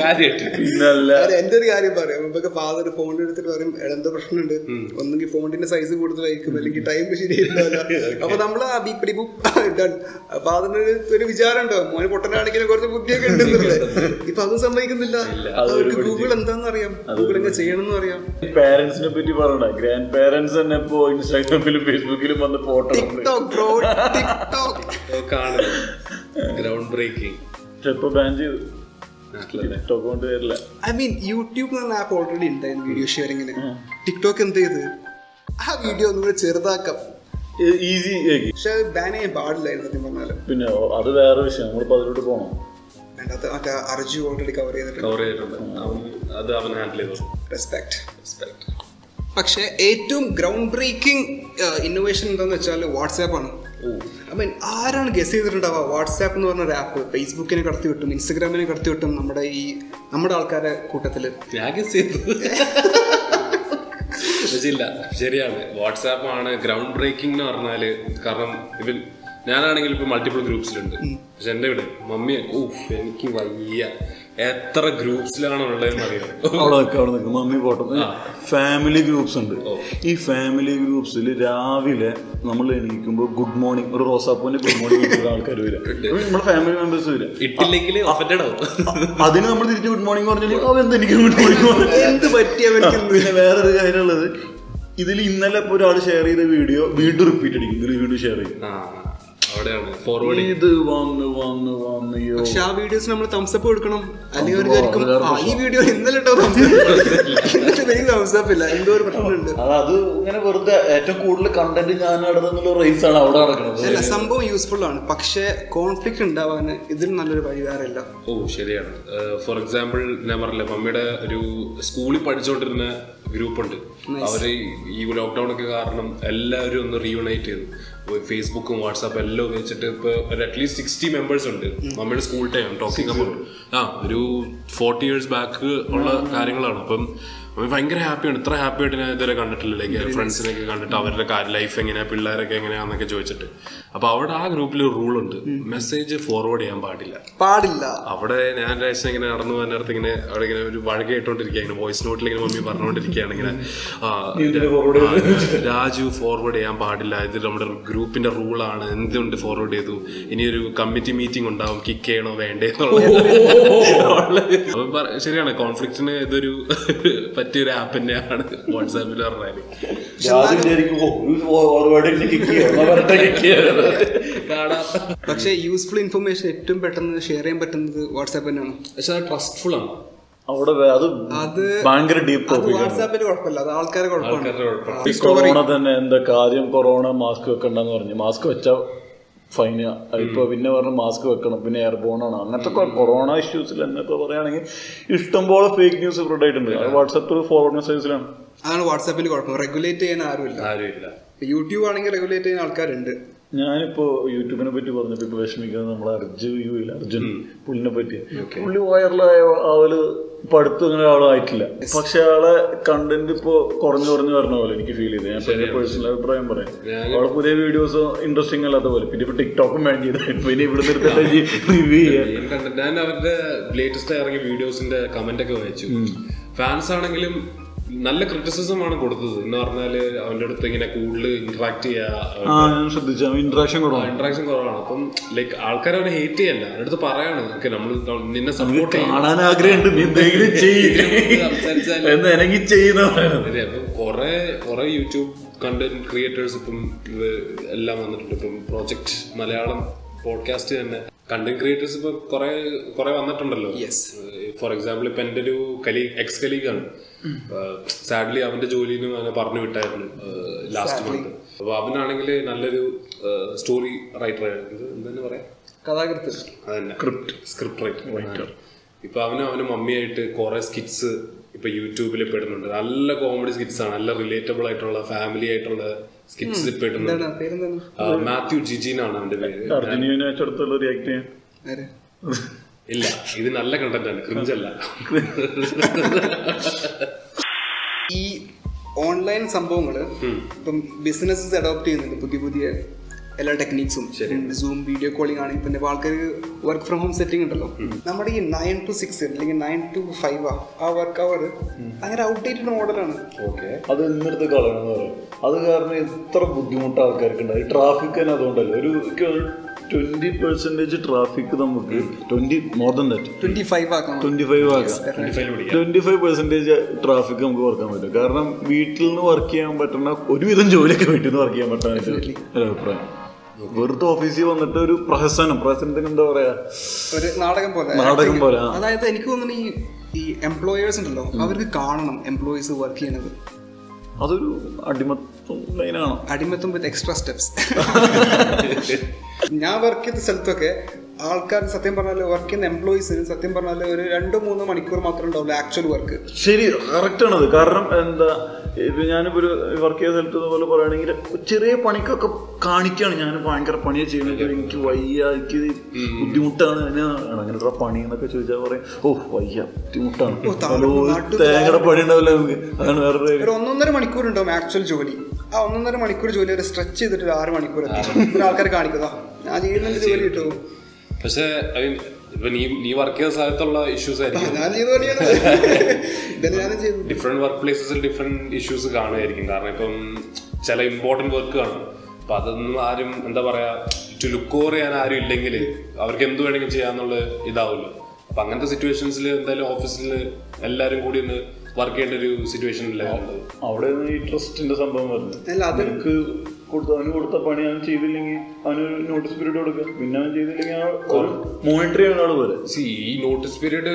കാര്യമായിട്ട് പിന്നല്ല എന്റെ ഒരു കാര്യം പറയാം മുമ്പൊക്കെ ഫാദർ ഫോൺ എടുത്തിട്ട് പറയും "എടാ, എന്തോ പ്രശ്നമുണ്ട് ഒന്നെങ്കിൽ ഫോണിന്റെ സൈസ് കൂടുതലായിരിക്കും അല്ലെങ്കിൽ ടൈം ശരിയായിട്ടുണ്ടാവില്ല അപ്പൊ നമ്മൾ ആ ബി പിടി (laughs) ഫാദറിന് ഒരു ഒരു വിചാരം ഉണ്ടോ മോന് പൊട്ടനാണെങ്കിലും കുറച്ച് ബുദ്ധിയൊക്കെ ഉണ്ടെന്നുള്ളത് ഇപ്പൊ അതും സംഭവിക്കുന്നില്ല അവർക്ക് ഗൂഗിൾ എന്താണെന്ന് അറിയാം ഗൂഗിൾ എങ്ങനെ ചെയ്യണമെന്ന് അറിയാം പാരന്റ്സിനെ പറ്റി പറയണ്ട ഗ്രാൻഡ് പാരന്റ്സ് തന്നെ ഇപ്പോ ഇൻസ്റ്റാഗ്രാമിലും ഫേസ്ബുക്കിലും വന്ന് ഫോട്ടോ ടിക്ടോക്ക് ബ്രോ ടിക്ടോക്ക് കാണും ഗ്രൗണ്ട് ബ്രേക്കിംഗ് ഇപ്പൊ ബാൻ ചെയ്തു ടിക്ടോക്ക് കൊണ്ട് വരില്ല ഐ മീൻ യൂട്യൂബ് എന്ന ആപ്പ് ഓൾറെഡി ഉണ്ടായിരുന്നു വീഡിയോ ഷെയറിങ്ങിന് ടിക്ടോക്ക് എന്ത് ചെയ്ത് ആ വീഡിയോ ഒന്നുകൂടെ ചെറുതാക്കാം ഈസി പക്ഷെ ബാൻ ചെയ്യാൻ പാടില്ലായിരുന്നു സത്യം പറഞ്ഞാലും പിന്നെ ഓ- അത് വേറെ വിഷയം നമ്മളിപ്പോ അതിലോട്ട് പോകണം അതിനകത്ത് മറ്റേ അർജു ഓൾറെഡി കവർ ചെയ്തിട്ടുണ്ട് കവർ ചെയ്തിട്ടുണ്ട് അവൻ അത് അവൻ ഹാൻഡിൽ ചെയ്തു റെസ്പെക്ട് റെസ്പെക്ട് പക്ഷേ ഏറ്റവും ഗ്രൗണ്ട് ബ്രേക്കിംഗ് ഇന്നോവേഷൻ എന്താന്ന് വെച്ചാൽ വാട്സാപ്പ് ആണ് ഐ മീൻ ആരാണ് ഗസ് ചെയ്തിട്ടുണ്ടാവുക വാട്സാപ്പ് എന്ന് പറഞ്ഞ ഒരു ആപ്പ് ഫേസ്ബുക്കിനെ കടത്തി വിട്ടും ഇൻസ്റ്റഗ്രാമിനെ കടത്തി വിട്ടും നമ്മുടെ ഈ നമ്മുടെ ആൾക്കാരുടെ കൂട്ടത്തിൽ ഞാൻ guess ചെയ്തു വെച്ചില്ല ശരിയാണ് വാട്സാപ്പ് ആണ് ഗ്രൗണ്ട് ബ്രേക്കിംഗ് എന്ന് പറഞ്ഞാല് കാരണം ഇവൻ ഞാനാണെങ്കിൽ ഇപ്പൊ മൾട്ടിപ്പിൾ ഗ്രൂപ്പ്സിലുണ്ട് പക്ഷെ എന്റെ ഇവിടെ മമ്മി ഓ എനിക്ക് വയ്യ എത്ര ഗ്രൂപ്പ്സിലാണ് ഉള്ളതെന്ന് അറിയാം അവിടെ നിൽക്കുക അവിടെ നിൽക്കുക മമ്മി പോട്ടെ ഫാമിലി ഗ്രൂപ്പ്സ് ഉണ്ട് ഈ ഫാമിലി ഗ്രൂപ്പ്സിൽ രാവിലെ നമ്മൾ എണീക്കുമ്പോൾ ഗുഡ് മോർണിംഗ് ഒരു റോസാപ്പൂവിന്റെ ഗുഡ് മോർണിംഗ് വിളിക്കുന്ന ആൾക്കാർ വരിക നമ്മുടെ ഫാമിലി മെമ്പേഴ്സ് വരിക ഇട്ടില്ലെങ്കിൽ ഒഫൻഡഡ് ആവും അതിന് നമ്മൾ തിരിച്ച് ഗുഡ് മോർണിംഗ് പറഞ്ഞില്ലെങ്കിൽ അവൻ എന്താ എനിക്ക് ഗുഡ് മോർണിംഗ് എന്ത് പറ്റിയവൻ പിന്നെ വേറൊരു കാര്യമുള്ളത് ഇതിൽ ഇന്നലെ ഇപ്പോൾ ഒരാൾ ഷെയർ ചെയ്ത വീഡിയോ വീണ്ടും റിപ്പീറ്റ് അടിക്കും ഇതിൽ വീണ്ടും ഷെയർ ചെയ്യും ആ അവിടെയാണ് ഫോർവേഡ് ഇത് വന്ന് വന്ന് വന്ന് അയ്യോ പക്ഷെ ആ വീഡിയോസ് നമ്മൾ തംസപ്പ് കൊടുക്കണം അല്ലെങ്കിൽ ഒരു കാര്യം ആ ഈ വീഡിയോ ഇന്നലെ ഇട്ടോ തംസപ്പ് ഇന്നത്തെ പേര് തംസപ്പ് ഇല്ല എന്തോ ഒരു പ്രശ്നമുണ്ട് അത് അത് ഇങ്ങനെ വെറുതെ ഏറ്റവും കൂടുതൽ കണ്ടന്റ് ഞാൻ നടന്നുള്ള റേസ് ആണ് അവിടെ നടക്കുന്നത് അല്ല സംഭവം യൂസ്ഫുൾ ആണ് പക്ഷേ കോൺഫ്ലിക്റ്റ് ഉണ്ടാവാൻ ഇതിന് നല്ലൊരു വഴി വേറെ ഇല്ല ഓ ശരിയാണ് ഫോർ എക്സാമ്പിൾ ഞാൻ പറഞ്ഞില്ല മമ്മിയുടെ ഒരു സ്കൂളിൽ പഠിച്ചുകൊണ്ടിരുന്ന ഗ്രൂപ്പുണ്ട് അവർ ഈ ലോക്ക്ഡൗൺ ഒക്കെ കാരണം എല്ലാവരും ഒന്ന് റീയൂണൈറ്റ് ചെയ്തു ഫേസ്ബുക്കും വാട്സാപ്പും എല്ലാം ഉപയോഗിച്ചിട്ട് ഇപ്പോൾ ഒരു അറ്റ്ലീസ്റ്റ് സിക്സ്റ്റി മെമ്പേഴ്സ് ഉണ്ട് മമ്മിയുടെ സ്കൂൾ ടൈം ടോക്കിംഗ് അബൌട്ട് ആ ഒരു ഫോർട്ടി ഇയേഴ്സ് ബാക്ക് ഉള്ള കാര്യങ്ങളാണ് അപ്പം മമ്മി ഭയങ്കര ഹാപ്പിയാണ് ഇത്ര ഹാപ്പി ആയിട്ട് ഞാൻ ഇതുവരെ കണ്ടിട്ടില്ല ലൈക്ക് ഫ്രണ്ട്സിനൊക്കെ കണ്ടിട്ട് അവരുടെ ലൈഫ് എങ്ങനെയാ പിള്ളേരൊക്കെ എങ്ങനെയാന്നൊക്കെ ചോദിച്ചിട്ട് അപ്പൊ അവിടെ ആ ഗ്രൂപ്പിൽ ഒരു റൂളുണ്ട് മെസ്സേജ് ഫോർവേഡ് ചെയ്യാൻ പാടില്ല പാടില്ല അവിടെ ഞാൻ രേഷൻ ഇങ്ങനെ നടന്നു പോകുന്ന നേരത്ത് ഇങ്ങനെ അവിടെ ഇങ്ങനെ ഒരു വഴ കേട്ടോണ്ടിരിക്കുക ഇങ്ങനെ വോയിസ് നോട്ടിൽ ഇങ്ങനെ മമ്മി പറഞ്ഞുകൊണ്ടിരിക്കുകയാണ് ഇങ്ങനെ ആ, ആ, രാജു ഫോർവേഡ് ചെയ്യാൻ പാടില്ല ഇത് നമ്മുടെ ഗ്രൂപ്പിന്റെ റൂളാണ് എന്തുകൊണ്ട് ഫോർവേഡ് ചെയ്തു ഇനിയൊരു കമ്മിറ്റി മീറ്റിംഗ് ഉണ്ടാവും കിക്ക് ചെയ്യണോ വേണ്ടേ അപ്പൊ പറ- ശരിയാണ് കോൺഫ്ലിക്റ്റിന് ഇതൊരു പറ്റിയൊരു ആപ്പ് തന്നെയാണ് വാട്സാപ്പിൽ പറഞ്ഞാല് ആദ്യം വിചാരിക്കും, ഓ, ഇത് forward ഇട്ട് kick ചെയ്യാ, എന്നാ വരട്ടെ (laughs) kick ചെയ്യാ. കാണാം പക്ഷേ യൂസ്ഫുൾ ഇൻഫർമേഷൻ ഏറ്റവും പെട്ടെന്ന് ഷെയർ ചെയ്യാൻ പറ്റുന്നത് വാട്സാപ്പ് തന്നെയാണ് പക്ഷെ അത് ട്രസ്റ്റ്ഫുൾ ആണ് അവിടെ വേ- അത് അത് ഭയങ്കര ഡീപ്പ് അത് ടോപ്പിക് വാട്സാപ്പിന്റെ കുഴപ്പമില്ല അത് ആൾക്കാരെ കുഴപ്പമാണ് ആൾക്കാരുടെ കുഴപ്പമാണ് ആ, കൊറോണ തന്നെ എന്താ കാര്യം കൊറോണ മാസ്ക് വെക്കണ്ടെന്ന് പറഞ്ഞു മാസ്ക് വെച്ചാ ഫൈന ഇപ്പൊ പിന്നെ പറഞ്ഞ മാസ്ക് വെക്കണം പിന്നെ എയർബോൺ ആണ് അങ്ങനത്തെ കൊറോണ ഇഷ്യൂസിൽ തന്നെ ഇപ്പൊ പറയുകയാണെങ്കിൽ ഇഷ്ടംപോലെ ഫേക്ക് ന്യൂസ് സ്പ്രെഡ് ആയിട്ടുണ്ട് വാട്സാപ്പ് ഫോർവേഡ് മെസ്സേജിലാണ് അതാണ് വാട്സാപ്പിന്റെ കുഴപ്പം റെഗുലേറ്റ് ചെയ്യാൻ ആരുമില്ല ആരുമില്ല യൂട്യൂബ് ആണെങ്കിൽ റെഗുലേറ്റ് ചെയ്യാൻ ആൾക്കാരുണ്ട് ഞാനിപ്പോ യൂട്യൂബിനെ പറ്റി പറഞ്ഞപ്പോ ഇപ്പൊ വിഷമിക്കുന്നത് നമ്മളെ അർജു യു ഇല്ല അർജുൻ പുള്ളിനെ പറ്റി പുള്ളി വൈറലായ ആള് ഇപ്പൊ അടുത്ത് അങ്ങനെ ആളായിട്ടില്ല പക്ഷെ ആളെ കണ്ടന്റ് ഇപ്പോ കുറഞ്ഞു കുറഞ്ഞു വരണ പോലെ എനിക്ക് ഫീൽ ചെയ്ത് ഞാൻ പേഴ്സണൽ അഭിപ്രായം പറയാം ആളെ പുതിയ വീഡിയോസ് ഇൻട്രസ്റ്റിംഗ് അല്ലാത്ത പോലെ പിന്നെ ഇപ്പൊ ടിക്ടോക്കും വേണ്ടി പിന്നെ ഇവിടെ നിർത്തി റിവ്യൂ ചെയ്യാം ഞാൻ കണ്ടിട്ട് ഞാൻ അവരുടെ ലേറ്റസ്റ്റ് ഇറങ്ങിയ വീഡിയോസിന്റെ കമന്റ് ഒക്കെ വായിച്ചു ഫാൻസ് ആണെങ്കിലും നല്ല ക്രിറ്റിസിസം ആണ് കൊടുത്തത് എന്ന് പറഞ്ഞാല് അവന്റെ അടുത്ത് ഇങ്ങനെ കൂടുതൽ ഇന്ററാക്ട് ആ ചെയ്യാ ഞാൻ ശ്രദ്ധിച്ചു ഇന്ററാക്ഷൻ കുറവാണ് ഇന്ററാക്ഷൻ കുറവാണ് അപ്പം ലൈക്ക് ആൾക്കാർ അവനെ ഹേറ്റ് ചെയ്യല്ല അവരുടെ അടുത്ത് പറയാണ് ഓക്കെ നമ്മൾ നിന്നെ സപ്പോർട്ട് ചെയ്യും കാണാൻ ആഗ്രഹമുണ്ട് നീ എന്തെങ്കിലും ചെയ്യും സംസാരിച്ചാൽ എന്ന് എനിക്ക് ചെയ്യുന്ന പറയണം അതെ അപ്പം കുറെ കുറെ യൂട്യൂബ് കണ്ടന്റ് ക്രിയേറ്റേഴ്സ് ഇപ്പം ഇത് എല്ലാം വന്നിട്ടുണ്ട് ഇപ്പം പ്രോജക്റ്റ് മലയാളം പോഡ്കാസ്റ്റ് തന്നെ കണ്ടന്റ് ക്രിയേറ്റേഴ്സ് ഇപ്പൊ കുറെ കുറെ വന്നിട്ടുണ്ടല്ലോ യെസ് ഫോർ എക്സാമ്പിൾ ഇപ്പൊ എന്റെ ഒരു കലീ എക്സ് കലീഗാണ് സാഡ്ലി അവന്റെ ജോലിയിൽ നിന്ന് അവനെ പറഞ്ഞു വിട്ടായിരുന്നു ലാസ്റ്റ് മന്ത് അപ്പൊ അവനാണെങ്കിൽ നല്ലൊരു സ്റ്റോറി റൈറ്റർ ആയിരുന്നു എന്തെന്ന് പറയാം കഥാകൃത്ത് അതന്നെ സ്ക്രിപ്റ്റ് സ്ക്രിപ്റ്റ് റൈറ്റർ റൈറ്റർ ഇപ്പൊ അവന് അവന് മമ്മിയായിട്ട് കുറെ സ്കിറ്റ്സ് ഇപ്പൊ യൂട്യൂബിൽ പെടുന്നുണ്ട് നല്ല കോമഡി സ്കിറ്റ്സ് ആണ് നല്ല റിലേറ്റബിൾ ആയിട്ടുള്ള ഫാമിലി ആയിട്ടുള്ള സ്കിറ്റ്സ് ഇപ്പൊ ഇടുന്നുണ്ട് എന്താണ് ആ പേരെന്താണ് ആ, മാത്യു ജിജിനാണ് അവന്റെ പേര് അർജുനീനെ അടുത്തുള്ള റിയാക്ട് ചെയ്യാൻ ആരാ ഇല്ല ഇത് നല്ല കണ്ടന്റ് ആണ് ക്രിഞ്ചല്ല ഈ ഓൺലൈൻ സംഭവങ്ങൾ ഇപ്പം ബിസിനസ്സസ് അഡോപ്റ്റ് ചെയ്യുന്നുണ്ട് പുതിയ പുതിയ എല്ലാ ടെക്നീക്സും സൂം വീഡിയോ കോളിംഗ് ആണെങ്കിൽ തന്നെ ഇപ്പൊ ആൾക്കാർക്ക് വർക്ക് ഫ്രം ഹോം സെറ്റിംഗ് ഉണ്ടല്ലോ നമ്മുടെ ഈ നയൻ ടു സിക്സ് അല്ലെങ്കിൽ നയൻ ടു ഫൈവ് ആ വർക്ക് അവർ അങ്ങനെ ഔട്ട്ഡേറ്റഡ് മോഡലാണ് ഓക്കെ അത് ഇന്നത്തെ കളയണമെന്ന് പറയും അത് കാരണം എത്ര ബുദ്ധിമുട്ട് ആൾക്കാർക്ക് ഉണ്ടായി ട്രാഫിക് തന്നെ അതുകൊണ്ടല്ലേ ഒരു ട്വന്റി പെർസെന്റേജ് ട്രാഫിക് നമുക്ക് twenty more than that twenty five ആക്കാം ട്വന്റി ഫൈവ് ആകാം ട്വന്റി ഫൈവ് പെർസെന്റേജ് ട്രാഫിക് നമുക്ക് കുറക്കാൻ പറ്റും കാരണം വീട്ടിൽ നിന്ന് വർക്ക് ചെയ്യാൻ പറ്റുന്ന ഒരുവിധം ജോലിയൊക്കെ വീട്ടിൽ നിന്ന് വർക്ക് ചെയ്യാൻ പറ്റാൻ ഒരു അഭിപ്രായം വെറുതെ ഓഫീസിൽ വന്നിട്ട് ഒരു പ്രഹസനം പ്രഹസനത്തിന് എന്താ പറയാ ഒരു നാടകം പോലെ നാടകം പോലെ, ആ. അതായത് എനിക്ക് തോന്നുന്നു ഈ ഈ എംപ്ലോയേഴ്സ് ഉണ്ടല്ലോ അവർക്ക് കാണണം എംപ്ലോയീസ് വർക്ക് ചെയ്യണത് അതൊരു അടിമത്വം മെയിനാണ് അടിമത്തം വിത്ത് എക്സ്ട്രാ സ്റ്റെപ്സ് (laughs) ഞാൻ വർക്ക് ചെയ്ത സ്ഥലത്തൊക്കെ ആൾക്കാർ സത്യം പറഞ്ഞാൽ വർക്ക് ചെയ്യുന്ന എംപ്ലോയീസിന് സത്യം പറഞ്ഞാൽ ഒരു രണ്ടോ മൂന്നോ മണിക്കൂർ മാത്രമേ ഉണ്ടാവുള്ളൂ ആക്ച്വൽ വർക്ക് ശരി correct ആണത് കാരണം എന്താ ഇപ്പൊ ഞാനിപ്പോ ഒരു വർക്ക് ചെയ്ത സ്ഥലത്ത് പോലെ പറയുകയാണെങ്കിൽ ചെറിയ പണിക്കൊക്കെ കാണിക്കാണ് ഞാൻ ഭയങ്കര പണിയെ ചെയ്യുന്നത് എനിക്ക് വയ്യ എനിക്ക് ഇത് ബുദ്ധിമുട്ടാണ് എന്നെ ആണ് അങ്ങനെയുള്ള പണി എന്നൊക്കെ ചോദിച്ചാൽ പറയും ഓ വയ്യ ബുദ്ധിമുട്ടാണ് ഓ, താഴെ അല്ലോ, ഒരു നാട്ടിൽ തേങ്ങയുടെ പണി ഉണ്ടാവില്ല നമുക്ക് അതാണ് വേറെ ഒരു ഒരു ഒന്നൊന്നര മണിക്കൂർ ഉണ്ടാവും ആക്ച്വൽ ജോലി ആ ഒന്നൊന്നര മണിക്കൂർ ജോലി ഒരു സ്ട്രെച്ച് ചെയ്തിട്ട് ഒരു ആറ് മണിക്കൂർ എത്തി ആൾക്കാർ കാണിക്കുന്നതാ ഞാൻ ചെയ്യുന്നതിന്റെ ജോലി കിട്ടുമോ പക്ഷെ ഐ മീൻ ഇപ്പൊ നീ നീ വർക്ക് ചെയ്യുന്ന സ്ഥലത്തുള്ള ഇഷ്യൂസ് ആയിരിക്കും ഞാൻ ചെയ്ത പണിയാണ് (laughs) ഇതെല്ലാം ഞാനും ചെയ്തു ഡിഫറെന്റ് വർക്ക് പ്ലേസസിൽ ഡിഫറെന്റ് ഇഷ്യൂസ് കാണുമായിരിക്കും കാരണം ഇപ്പം ചില ഇമ്പോർട്ടന്റ് വർക്ക് കാണും അപ്പൊ അതൊന്നും ആരും എന്താ പറയാ ടു ലുക്ക് ഓവർ ചെയ്യാൻ ആരും ഇല്ലെങ്കിൽ അവർക്ക് എന്ത് വേണമെങ്കിലും ചെയ്യാന്നുള്ള ഇതാവുമല്ലോ അപ്പൊ അങ്ങനത്തെ സിറ്റുവേഷൻസിൽ എന്തായാലും ഓഫീസിൽ എല്ലാവരും കൂടി ഒന്ന് വർക്ക് ചെയ്യേണ്ട ഒരു സിറ്റുവേഷൻ ഉണ്ടാവുന്നത് അവിടെ ഈ ട്രസ്റ്റിന്റെ സംഭവം വരുന്നത് അല്ല അത് എനിക്ക് കൊടുത്ത അവന് കൊടുത്ത പണി അവൻ ചെയ്തില്ലെങ്കിൽ അവനൊരു നോട്ടീസ് പീരീഡ് കൊടുക്കുക പിന്നെ അവൻ ചെയ്തില്ലെങ്കിൽ ആ മോണിറ്റർ ചെയ്യുന്ന ആൾ പോലെ See, ഈ നോട്ടീസ് പീരീഡ്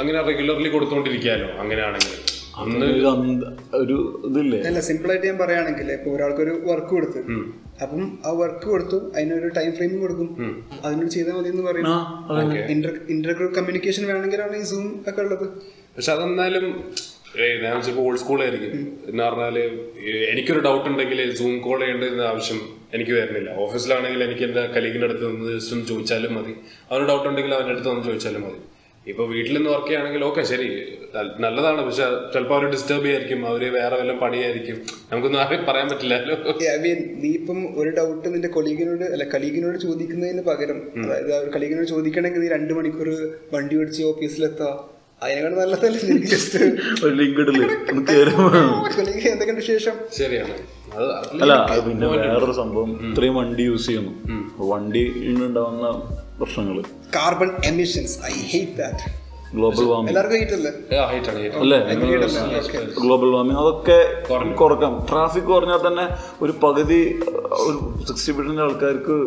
അങ്ങനെ റെഗുലർലി കൊടുത്തോണ്ടിരിക്കാലോ അങ്ങനെയാണെങ്കിൽ അന്ന് ഒരു അന്ത- ഒരു ഇതില്ലേ അല്ല simple ആയിട്ട് ഞാൻ പറയുകയാണെങ്കിൽ ഇപ്പൊ ഒരാൾക്കൊരു വർക്ക് കൊടുത്തു അപ്പം ആ വർക്ക് കൊടുത്തു അതിനൊരു ടൈം ഫ്രെയിം കൊടുക്കും അതിനോട് ചെയ്താൽ മതി എന്ന് പറയും ആ, അതെ. ഇന്റർ ഇന്റർ ഗ്രൂപ്പ് കമ്മ്യൂണിക്കേഷൻ വേണമെങ്കിലാണ് ഈ സൂം ഒക്കെ ഉള്ളത് പക്ഷെ അതെന്നാലും ഏയ് ഞാൻ ചിലപ്പോൾ ഓൾഡ് സ്കൂളായിരിക്കും എന്ന് പറഞ്ഞാല് ഈ എനിക്കൊരു ഡൗട്ട് ഉണ്ടെങ്കിൽ സൂം കോൾ ചെയ്യേണ്ടുന്ന ആവശ്യം എനിക്ക് വരുന്നില്ല ഓഫീസിലാണെങ്കിൽ എനിക്ക് എന്റെ കലീഗിന്റെ അടുത്ത് നിന്ന് just ഒന്ന് ചോദിച്ചാലും മതി അവന് ഡൗട്ട് ഉണ്ടെങ്കിൽ അവൻ്റെ അടുത്ത് ഒന്ന് ചോദിച്ചാലും മതി ഇപ്പൊ വീട്ടിൽ നിന്ന് വർക്ക് ചെയ്യുകയാണെങ്കിൽ ഓക്കെ ശരി ത- നല്ലതാണ് പക്ഷെ ചിലപ്പോൾ അവരെ ഡിസ്റ്റർബ് ചെയ്യായിരിക്കും അവര് വേറെ വല്ല പണിയായിരിക്കും നമുക്കൊന്നും ആരും പറയാൻ പറ്റില്ലല്ലോ Yeah, I mean, നീ ഇപ്പം ഒരു ഡൗട്ട് നിന്റെ കൊലീഗിനോട് അല്ല കലീഗിനോട് ചോദിക്കുന്നതിന് പകരം അതായത് ആ ഒരു കലീഗിനോട് ചോദിക്കണമെങ്കിൽ നീ രണ്ട് മണിക്കൂർ വണ്ടി ഓടിച്ച് ഓഫീസിലെത്താ അതിനെക്കാളും നല്ലതല്ലേ നിനക്ക് (laughs) ജസ്റ്റ് ഒരു ലിങ്ക് ഇടില്ലേ ഒന്ന് കേറുമ്പോ കൊലീഗ് എന്തൊക്കെയുണ്ട് വിശേഷം ശരിയാണ് അത് അത് അല്ല അത് പിന്നെ വേറൊരു സംഭവം ഇത്രയും വണ്ടി യൂസ് ചെയ്യുന്നു വണ്ടി ഉണ്ടാവുന്ന പ്രശ്നങ്ങള് carbon emissions I hate that global warming എല്ലാവർക്കും ഹേറ്റ് അല്ലേ ഹൈറ്റാണ് ഹൈറ്റ് അല്ലേ Okay. ഗ്ലോബൽ വാർമിംഗ് അതൊക്കെ കുറക്കാം ട്രാഫിക് കുറഞ്ഞാൽ തന്നെ ഒരു പകുതി ഒരു സിക്സ്റ്റി പെർസെന്റ് ആൾക്കാർക്ക്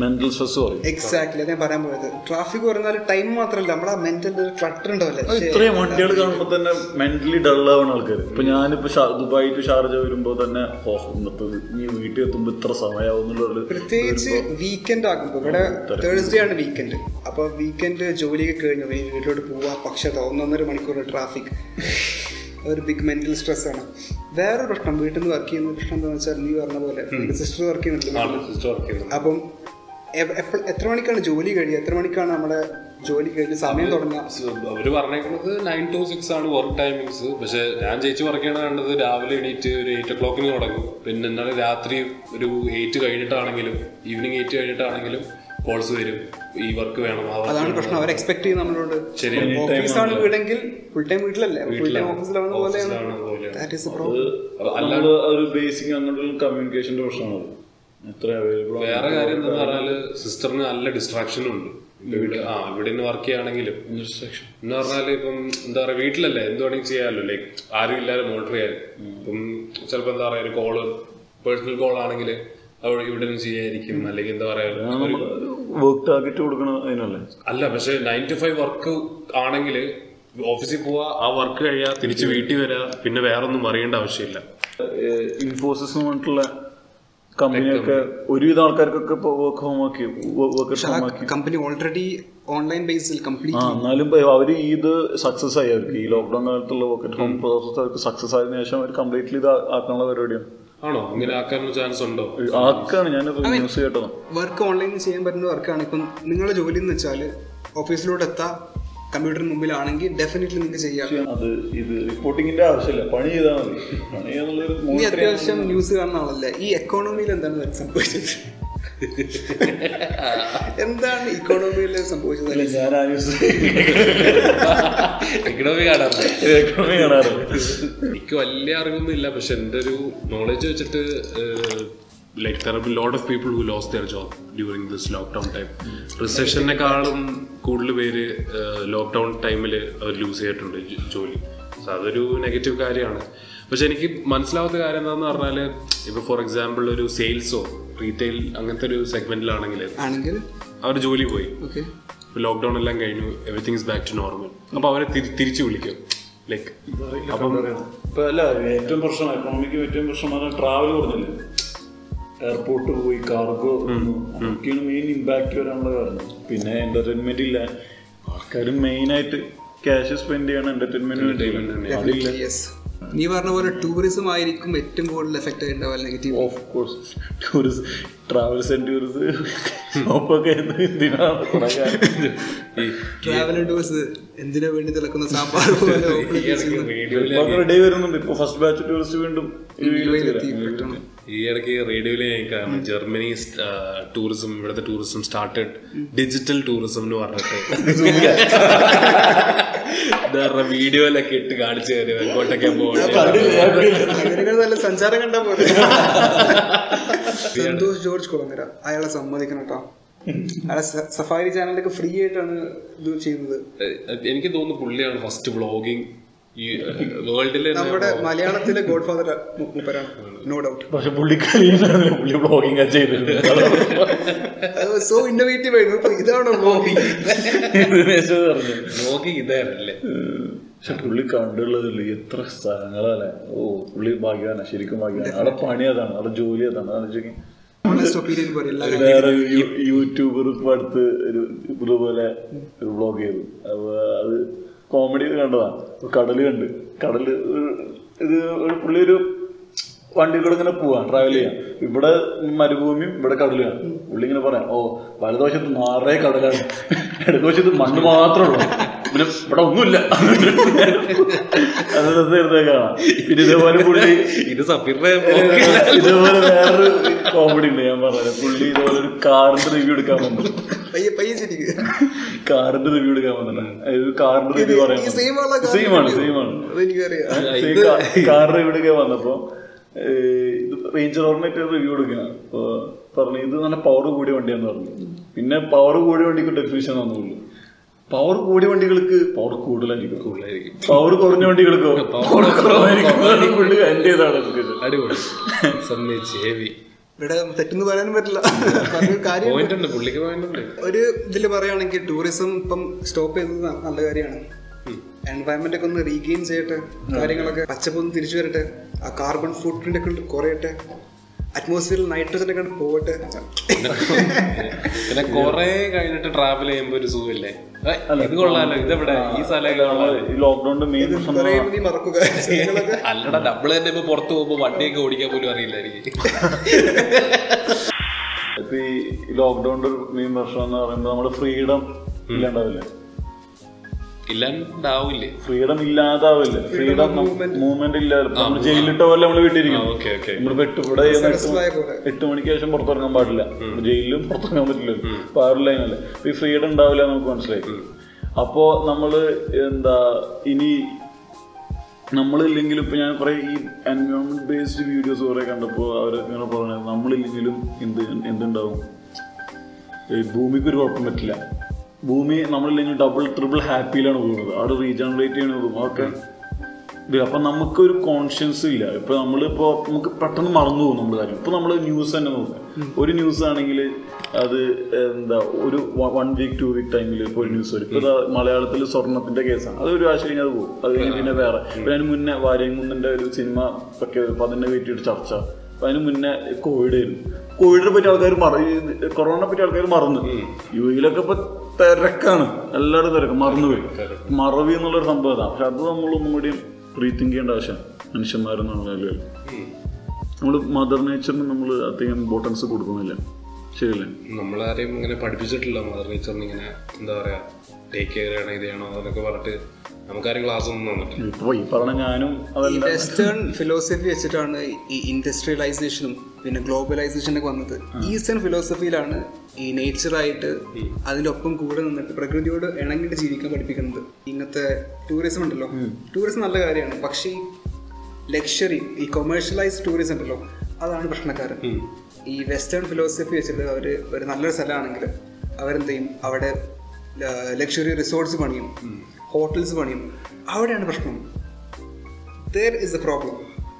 മെന്റൽ സ്ട്രെസ് കുറയും എക്സാക്ട്ലി ഞാൻ പറയാൻ പോയത് ട്രാഫിക് പറഞ്ഞാൽ ടൈം മാത്രമല്ല നമ്മുടെ മെന്റൽ ക്ലട്ടർ ഉണ്ടാവില്ലേ അത് ഇത്രയും വണ്ടികൾ കാണുമ്പോൾ തന്നെ മെന്റലി ഡള്ളാവണ ആൾക്കാർ ഇപ്പൊ ഞാനിപ്പോ ഷാ- ദുബായ് ടു ഷാർജ വരുമ്പോ തന്നെ ഓ ഇന്നത്തെ ഈ വീട്ടിൽ എത്തുമ്പോ ഇത്ര സമയാവും എന്നുള്ളൊരു പ്രത്യേകിച്ച് വീക്കെൻഡ് ആകുമ്പോൾ ഇവിടെ തേഴ്സ്ഡേ ആണ് വീക്കെൻഡ് അപ്പോൾ വീക്കെൻഡ് ജോലിയൊക്കെ കഴിഞ്ഞു ഇനി വീട്ടിലോട്ട് പോവാ പക്ഷേ ദാ ഒന്നൊന്നര മണിക്കൂർ ട്രാഫിക് ഒരു ബിഗ് മെന്റൽ സ്ട്രെസ് ആണ് വേറൊരു പ്രശ്നം വീട്ടിൽ നിന്ന് വർക്ക് ചെയ്യുന്ന പ്രശ്നം എന്താണെന്ന് വെച്ചാൽ നീ പറഞ്ഞ പോലെ സിസ്റ്റർ വർക്ക് ചെയ്യുന്നുണ്ട് വർക്ക് ചെയ്യുന്നത് അപ്പം എ- എപ്പ- എത്ര മണിക്കാണ് ജോലി കഴിയുക എത്ര മണിക്കാണ് നമ്മുടെ ജോലി കഴിഞ്ഞ് സമയം തുടങ്ങുക അവര് പറഞ്ഞേക്കുന്നത് നയൻ ടു സിക്സ് ആണ് വർക്ക് ടൈമിങ്സ് പക്ഷെ ഞാൻ ചേച്ചി വർക്ക് ചെയ്യണ കണ്ടത് രാവിലെ എണീറ്റ് ഒരു എയ്റ്റ് ഒ ക്ലോക്കിന് തുടങ്ങും പിന്നെ എന്നാലും രാത്രി ഒരു എയ്റ്റ് കഴിഞ്ഞിട്ടാണെങ്കിലും ഈവനിങ് എയ്റ്റ് കഴിഞ്ഞിട്ടാണെങ്കിലും കോൾസ് വരും ഈ വർക്ക് വേണം ആ വർക്ക് അതാണ് പ്രശ്നം അവർ എക്സ്പെക്ട് ചെയ്യും നമ്മളോട് ശരിയാണ്. ഓഫീസാണ് വീടെങ്കിൽ ഫുൾ ടൈം വീട്ടിലല്ലേ ഫുൾ ടൈം ഓഫീസിലാവുന്ന പോലെയാണ് ഓഫീസിലാണ് അതുപോലെ That is the പോലെയാണ് problem. അല്ലാതെ ഒരു ബേസിക് അങ്ങോട്ടുള്ള കമ്മ്യൂണിക്കേഷന്റെ പ്രശ്നമാണ് എത്ര അവൈലബിൾ വേറെ കാര്യം എന്താന്ന് പറഞ്ഞാല് സിസ്റ്ററിന് നല്ല ഡിസ്ട്രാക്ഷനും ഉണ്ട് ഇപ്പൊ ഇവിടെ ആ ഇവിടെ നിന്ന് വർക്ക് ചെയ്യുകയാണെങ്കിലും എന്ന് പറഞ്ഞാല് ഇപ്പം എന്താ പറയാ വീട്ടിലല്ലേ എന്ത് വേണമെങ്കിൽ ചെയ്യാമല്ലോ ലൈക്ക് ആരും ഇല്ലാതെ മോണിറ്റർ ചെയ്യാൻ ഇപ്പം ചിലപ്പോ എന്താ പറയാ ഒരു കോള് പേഴ്സണൽ കോൾ ആണെങ്കിൽ അവിടെ ഇവിടെ നിന്ന് ചെയ്യായിരിക്കും അല്ലെങ്കിൽ എന്താ പറയാ ഒരു- വർക്ക് ടാർഗറ്റ് കൊടുക്കണം അതിനല്ലേ അല്ല പക്ഷെ നയൻ ടു ഫൈവ് വർക്ക് ആണെങ്കിൽ ഓഫീസിൽ പോവാ ആ വർക്ക് കഴിയാ തിരിച്ച് വീട്ടിൽ വരാ പിന്നെ വേറെ ഒന്നും അറിയേണ്ട ആവശ്യമില്ല ഇൻഫോസിസ് പറഞ്ഞിട്ടുള്ള കമ്പനിയൊക്കെ ഒരുവിധ ആൾക്കാർക്കൊക്കെ ഇപ്പൊ വർക്ക് ഹോം ആക്കി വർക്ക് ഹോം ആക്കി കമ്പനി ഓൾറെഡി ഓൺലൈൻ ബേസിൽ ആ കംപ്ലീറ്റ് എന്നാലും ഇപ്പൊ അവര് ഇത് സക്സസ് ആയി അവർക്ക് ഈ ലോക്ക്ഡൌൺ കാലത്തുള്ള വർക്ക് ഹോം പ്രോസസ് അവർക്ക് സക്സസ് ആയതിനു ശേഷം അവർ കംപ്ലീറ്റ്ലി ഇത് ആക്കാനുള്ള പരിപാടിയാണ് ആണോ അങ്ങനെ ആക്കാനുള്ള ചാൻസ് ഉണ്ടോ ആക്കാണ് ഞാനത് ന്യൂസ് കേട്ടതാണ് വർക്ക് ഓൺലൈനിൽ ചെയ്യാൻ പറ്റുന്ന വർക്കാണ് ഇപ്പം നിങ്ങളുടെ ജോലി എന്ന് വെച്ചാൽ ഓഫീസിലോട്ട് എത്താം കമ്പ്യൂട്ടറിന് മുമ്പിലാണെങ്കിൽ ഡെഫിനറ്റ്ലി നിങ്ങൾക്ക് ചെയ്യാം അത് ഇത് റിപ്പോർട്ടിങ്ങിന്റെ ആവശ്യമില്ല പണി ചെയ്താൽ മതി പണി എന്നുള്ളൊരു നീ അത്യാവശ്യം ന്യൂസ് കാണുന്ന ആളല്ലേ ഈ എക്കോണമിയിൽ എന്താണ് സംഭവിച്ചത് എന്താണ് ഇക്കോണമിയിൽ സംഭവിച്ചത് മോണിറ്ററിംഗ് ഞാൻ ആ ന്യൂസ് ഇക്കണോമി കാണാറില്ല എക്കണോമി കാണാറുണ്ട് എനിക്ക് വലിയ അറിവൊന്നും ഇല്ല പക്ഷെ എൻ്റെ ഒരു നോളജ് വെച്ചിട്ട് like there be lot of people who lose their job during this lockdown time റിസെഷനേക്കാളും കൂടുതൽ പേര് ലോക്ക്ഡൗൺ ടൈമിൽ അവർ ലൂസ് ചെയ്തിട്ടുണ്ട് ജോ- ജോലി സോ അതൊരു നെഗറ്റീവ് കാര്യമാണ് പക്ഷെ എനിക്ക് മനസ്സിലാവാത്ത കാര്യം എന്താണെന്ന് പറഞ്ഞാൽ ഇപ്പോൾ ഫോർ എക്സാമ്പിൾ ഒരു സെയിൽസോ റീറ്റെയിൽ അങ്ങനത്തെ ഒരു സെഗ്മെന്റിലാണെങ്കിൽ ആണെങ്കിൽ അവർ ജോലി പോയി ഓക്കെ ലോക്ക്ഡൗൺ എല്ലാം കഴിഞ്ഞു everything is back to normal അപ്പോൾ അവരെ തിരി- തിരിച്ചു വിളിക്കും ലൈക്ക് അപ്പം ഇപ്പൊ അല്ല ഏറ്റവും പ്രശ്നം എക്കണോമിക്ക് ഏറ്റവും പ്രശ്നം പറഞ്ഞാൽ ട്രാവൽ കുറഞ്ഞില്ലേ എയർപോർട്ട് പോയി കാർഗോ ഒക്കെയാണ് മെയിൻ ഇമ്പാക്ട് വരാനുള്ള കാരണം പിന്നെ എന്റർടൈൻമെന്റ് ഇല്ല ആൾക്കാർ മെയിൻ ആയിട്ട് ക്യാഷ് സ്പെൻഡ് ചെയ്യണം എന്റർടൈൻമെന്റ് വേണ്ടി അതില്ല യെസ് നീ പറഞ്ഞ പോലെ ടൂറിസം ആയിരിക്കും ഏറ്റവും കൂടുതൽ എഫക്റ്റ് ഉണ്ടാവുക negative of course tourist travels and tourist ഒക്കെ ഇതിനാണ് കുറെ കാര്യം. ട്രാവൽ ടൂർസ് എന്തിനു വേണ്ടി തിളക്കുന്ന സാമ്പാർ പോലെ open ഈ ഇടയ്ക്ക് ചെയ്യുന്നു. റേഡിയോയിലെ ഇപ്പൊ ഡേ വരുന്നുണ്ട് ഇപ്പൊ ഫസ്റ്റ് ബാച്ച് ടൂറിസ്റ്റ് വീണ്ടും ഈ UAE വീട്ടിലെത്തി. ലെത്തി effect ആണ്. ഈ ഇടയ്ക്ക് റേഡിയോയിലെ ഞാൻ കാരണം ജർമ്മനി ടൂറിസം ഇവിടുത്തെ ടൂറിസം സ്റ്റാർട്ടഡ് ഡിജിറ്റൽ ടൂറിസം എന്ന് പറഞ്ഞിട്ട് എന്താ പറയുക വീഡിയോയിലൊക്കെ ഇട്ട് കാണിച്ചു തരും എങ്ങോട്ടൊക്കെ പോകണം അങ്ങനെയൊക്കെ നല്ല സഞ്ചാരം കണ്ടാ പോലെ സന്തോഷ് ജോർജ് കുളങ്ങര അയാളെ സമ്മതിക്കണം കേട്ടോ അയാളെ സ- സഫാരി ചാനലൊക്കെ ഫ്രീ ആയിട്ടാണ് ഇത് ചെയ്യുന്നത് എനിക്ക് തോന്നുന്നു പുള്ളിയാണ് ഫസ്റ്റ് വ്ളോഗിങ് ഈ വേൾഡിലെ നമ്മുടെ മലയാളത്തിലെ ഗോഡ് ഫാദർ മൂപ്പരാണ് നോ ഡൗട്ട് പക്ഷെ പുള്ളിക്കാരിയാണ് പുള്ളി ബ്ലോഗിങ് ചെയ്തിട്ടുണ്ട് സോ ഇന്നോവേറ്റീവ് ആയിരുന്നു അപ്പൊ ഇതാണ് വ്ളോഗിങ് ഇതിനേശം പറഞ്ഞു വ്ളോഗിങ് ഇതായിരുന്നല്ലേ പക്ഷെ പുള്ളി കണ്ടുള്ളതില്ല എത്ര സ്ഥലങ്ങളല്ലേ ഓ പുള്ളി ഭാഗ്യവാനാ ശരിക്കും ഭാഗ്യവാനാ അവിടെ പണി അതാണ് അവിടെ ജോലി അതാണ് അതെന്ന് വെച്ചെങ്കി ഓണസ്റ്റ് ഒപ്പീനിയൻ പോലെ എല്ലാവരും വേറെ ഒരു യൂ- യൂട്യൂബർ ഇപ്പൊ അടുത്ത് ഒരു ഇതുപോലെ ഒരു വ്ളോഗ് ചെയ്തു അപ്പൊ അത് കോമഡി കണ്ടതാണ് അപ്പൊ കടല് കണ്ട് കടല് ഒരു- ഇത് ഒരു പുള്ളി ഒരു വണ്ടിയിലൂടെ ഇങ്ങനെ പോവാം ട്രാവൽ ചെയ്യാം ഇവിടെ മരുഭൂമിയും ഇവിടെ കടലുമാണ് പുള്ളി ഇങ്ങനെ പറയാം ഓ വലതുവശത്ത് നിറയെ കടലാണ് ഇടതുവശത്ത് മണ്ണ് മാത്രമേ ഉള്ളൂ പിന്നെ ഇവിടെ ഒന്നുമില്ല അത് രസമായിരുന്നു കാണാം പിന്നെ ഇതേപോലെ പുള്ളി ഇത് സഫീറിന്റെ vlog. ഇതുപോലെ വേറൊരു കോമഡി ഉണ്ട് ഞാൻ പറഞ്ഞത് പുള്ളി ഇതുപോലെ ഒരു കാറിന്റെ റിവ്യൂ എടുക്കാൻ വന്നു പയ്യെ പയ്യെ ശരിക്കും കാറിന്റെ റിവ്യൂ എടുക്കാൻ വന്നു അതായത് കാറിന്റെ റിവ്യൂ പറയാൻ ഈ സെയിം ആളെ സെയിം ആണ് സെയിം ആണ് അതെനിക്കറിയാം കാർ റിവ്യൂ എടുക്കാൻ വന്നപ്പോ ഏഹ്, ഇത് റേഞ്ച് റോറിനായിട്ട് റിവ്യൂ എടുക്കണം അപ്പൊ പറഞ്ഞു ഇത് നല്ല പവർ കൂടിയ വണ്ടിയാന്ന് പറഞ്ഞു പിന്നെ പവർ കൂടിയ വണ്ടിക്ക് ഡെഫിനിഷൻ വന്നുള്ളൂ പവർ കൂടിയ വണ്ടികൾക്ക് പവർ കൂടുതലായിരിക്കും പുള്ളിയായിരിക്കും. പവർ കുറഞ്ഞ വണ്ടികൾക്കോ പവർ കുറവായിരിക്കും പുള്ളി എന്റെ ഇതാണ് discussion. അടിപൊളി സമ്മതിച്ച് ഹെവി ഇവിടെ തെറ്റെന്ന് പറയാനും പറ്റില്ല പറഞ്ഞ കാര്യം പോയിന്റ് ഉണ്ട് പുള്ളിക്ക് പോയിന്റ് ഉണ്ട് ഒരു ഇതിൽ പറയുകയാണെങ്കിൽ ടൂറിസം ഇപ്പം സ്റ്റോപ്പ് ചെയ്തത് ന- നല്ല കാര്യമാണ് എൻവയൺമെന്റ് ഒക്കെ ഒന്ന് റീഗെയിൻ ചെയ്യട്ടെ കാര്യങ്ങളൊക്കെ പച്ചപ്പൊന്ന് തിരിച്ചു വരട്ടെ ആ കാർബൺ ഫുട് പ്രിന്റ് ഒക്കെ ഒന്ന് കുറയട്ടെ അറ്റ്മോസ്ഫിയറിൽ നൈട്രജൻ ഒക്കെ ഒന്ന് പോകട്ടെ പിന്നെ കൊറേ കഴിഞ്ഞിട്ട് ട്രാവൽ ചെയ്യുമ്പോ ഒരു സുഖമില്ലേ ഏയ്, ഇത് കൊള്ളാലോ ഇതെവിടെ ഈ സ്ഥലമൊക്കെ കൊള്ളാലോ. ഈ ലോക്ക്ഡൌണിന്റെ മെയിൻ ഇത് പ്രശ്നം കുറേ ഇനി മറക്കുക (laughs) കാര്യങ്ങളൊക്കെ. അല്ലടാ നമ്മള് തന്നെ ഇപ്പൊ പുറത്ത് പോകുമ്പോ വണ്ടിയൊക്കെ ഓടിക്കാൻ പോലും അറിയില്ലായിരിക്കും ഇപ്പൊ ഈ ലോക്ക്ഡൌണിന്റെ മെയിൻ പ്രശ്നം എന്ന് പറയുമ്പോൾ നമ്മുടെ ഫ്രീഡം ഇല്ലാണ്ടാവില്ലേ ഇല്ലാണ്ടാവില്ലേ ഫ്രീഡം ഇല്ലാതാവില്ലേ ഫ്രീഡം മൂവ്മെന്റ് ഇല്ലാതെ നമ്മൾ ജയിലിട്ട പോലെ നമ്മൾ വീട്ടിലിരിക്കും ഓക്കെ ഓക്കെ നമ്മൾ ഇപ്പൊ എട്ട് ഇവിടെ ചെയ്യുന്ന എട്ട് മനസ്സിലായ പോലെ എട്ട് മണിക്ക് ശേഷം പുറത്തിറങ്ങാൻ പാടില്ല ജയിലിലും പുറത്തിറങ്ങാൻ പറ്റില്ല അപ്പൊ ആ ഒരു ലൈനല്ലേ അപ്പൊ ഈ ഫ്രീഡം ഉണ്ടാവില്ല എന്ന് നമുക്ക് മനസ്സിലായി അപ്പോ നമ്മള് എന്താ ഇനി നമ്മളില്ലെങ്കിലും ഇപ്പൊ ഞാൻ കുറെ ഈ എൻവയോൺമെന്റ് ബേസ്ഡ് വീഡിയോസ് കുറെ കണ്ടപ്പോൾ അവരൊക്കെ ഇങ്ങനെ പറഞ്ഞത് നമ്മളില്ലെങ്കിലും എന്ത് എന്തുണ്ടാവും ഈ ഭൂമിക്ക് ഒരു കുഴപ്പം പറ്റില്ല ഭൂമി നമ്മളില്ലെങ്കിൽ ഡബിൾ ട്രിപ്പിൾ ഹാപ്പിയിലാണ് പോകുന്നത് അവിടെ റീജനറേറ്റ് ചെയ്യണ പോകും അതൊക്കെ ഇത് അപ്പൊ നമുക്കൊരു കോൺഷ്യൻസ് ഇല്ല ഇപ്പൊ നമ്മളിപ്പോ നമുക്ക് പെട്ടെന്ന് മറന്നു പോകും നമ്മുടെ കാര്യം ഇപ്പൊ നമ്മള് ന്യൂസ് തന്നെ നോക്കുക ഒരു ന്യൂസ് ആണെങ്കിൽ അത് എന്താ ഒരു വൺ വീക്ക് ടു വീക്ക് ടൈമിൽ ഇപ്പൊ ഒരു ന്യൂസ് വരും ഇപ്പൊ മലയാളത്തിൽ സ്വർണത്തിന്റെ കേസാണ് അത് ഒരു ആഴ്ച കഴിഞ്ഞാൽ അത് പോകും അത് കഴിഞ്ഞ് പിന്നെ വേറെ ഇപ്പൊ ഞാൻ മുന്നേ വാര്യംകുന്നിന്റെ ഒരു സിനിമ പ്രഖ്യാപിച്ചു അപ്പൊ അതിന്റെ വീട്ടിൽ ചർച്ച അപ്പൊ അതിന് മുന്നേ കോവിഡ് ആയിരുന്നു കോവിഡിനെ പറ്റി ആൾക്കാർ മറന്നു കൊറോണയെ പറ്റി ആൾക്കാർ മറന്നു യു എയിലൊക്കെ ഇപ്പൊ തിരക്കാണ് എല്ലായിടും തിരക്ക് മറന്നുപോയി മറവി എന്നുള്ളൊരു സംഭവം പക്ഷെ അത് നമ്മളൊന്നും കൂടിയും റീതിങ്ക് ചെയ്യേണ്ട ആവശ്യമാണ് മനുഷ്യന്മാരെന്നുള്ള നിലയിൽ നമ്മൾ മദർ നേച്ചറിന് നമ്മൾ അധികം ഇമ്പോർട്ടൻസ് കൊടുക്കുന്നില്ല ശരിയല്ലേ നമ്മളാരെയും ഇങ്ങനെ പഠിപ്പിച്ചിട്ടില്ല മദർ നേച്ചറിന് ഇങ്ങനെ എന്താ പറയാ ടേക്ക് കെയർ ചെയ്യണം ഇത് ചെയ്യണം എന്നൊക്കെ പറഞ്ഞിട്ട് നമുക്കാരും ക്ലാസ് ഒന്നും തന്നിട്ടില്ല ഇപ്പൊ ഈ പറഞ്ഞ ഞാനും ഈ അതല്ല വെസ്റ്റേൺ ഫിലോസഫി വെച്ചിട്ടാണ് ഈ ഇൻഡസ്ട്രിയലൈസേഷനും പിന്നെ ഗ്ലോബലൈസേഷനൊക്കെ വന്നത് ഈസ്റ്റേൺ ഫിലോസഫിയിലാണ് ഈ നേച്ചറായിട്ട് അതിന്റെ ഒപ്പം കൂടെ നിന്നിട്ട് പ്രകൃതിയോട് ഇണങ്ങിയിട്ട് ജീവിക്കാൻ പഠിപ്പിക്കുന്നത് ഇങ്ങനത്തെ ടൂറിസം ഉണ്ടല്ലോ ടൂറിസം നല്ല കാര്യമാണ് പക്ഷേ ഈ ലക്ഷറി ഈ കൊമേഴ്ഷ്യലൈസ് ടൂറിസം ഉണ്ടല്ലോ അതാണ് പ്രശ്നക്കാരൻ ഈ വെസ്റ്റേൺ ഫിലോസഫി വെച്ചിട്ട് അവർ ഒരു നല്ലൊരു സ്ഥലമാണെങ്കിൽ അവരെന്ത് ചെയ്യും അവിടെ ലക്ഷറി റിസോർട്ട്സ് പണിയും ഹോട്ടൽസ് പണിയും അവിടെയാണ് പ്രശ്നം there is a problem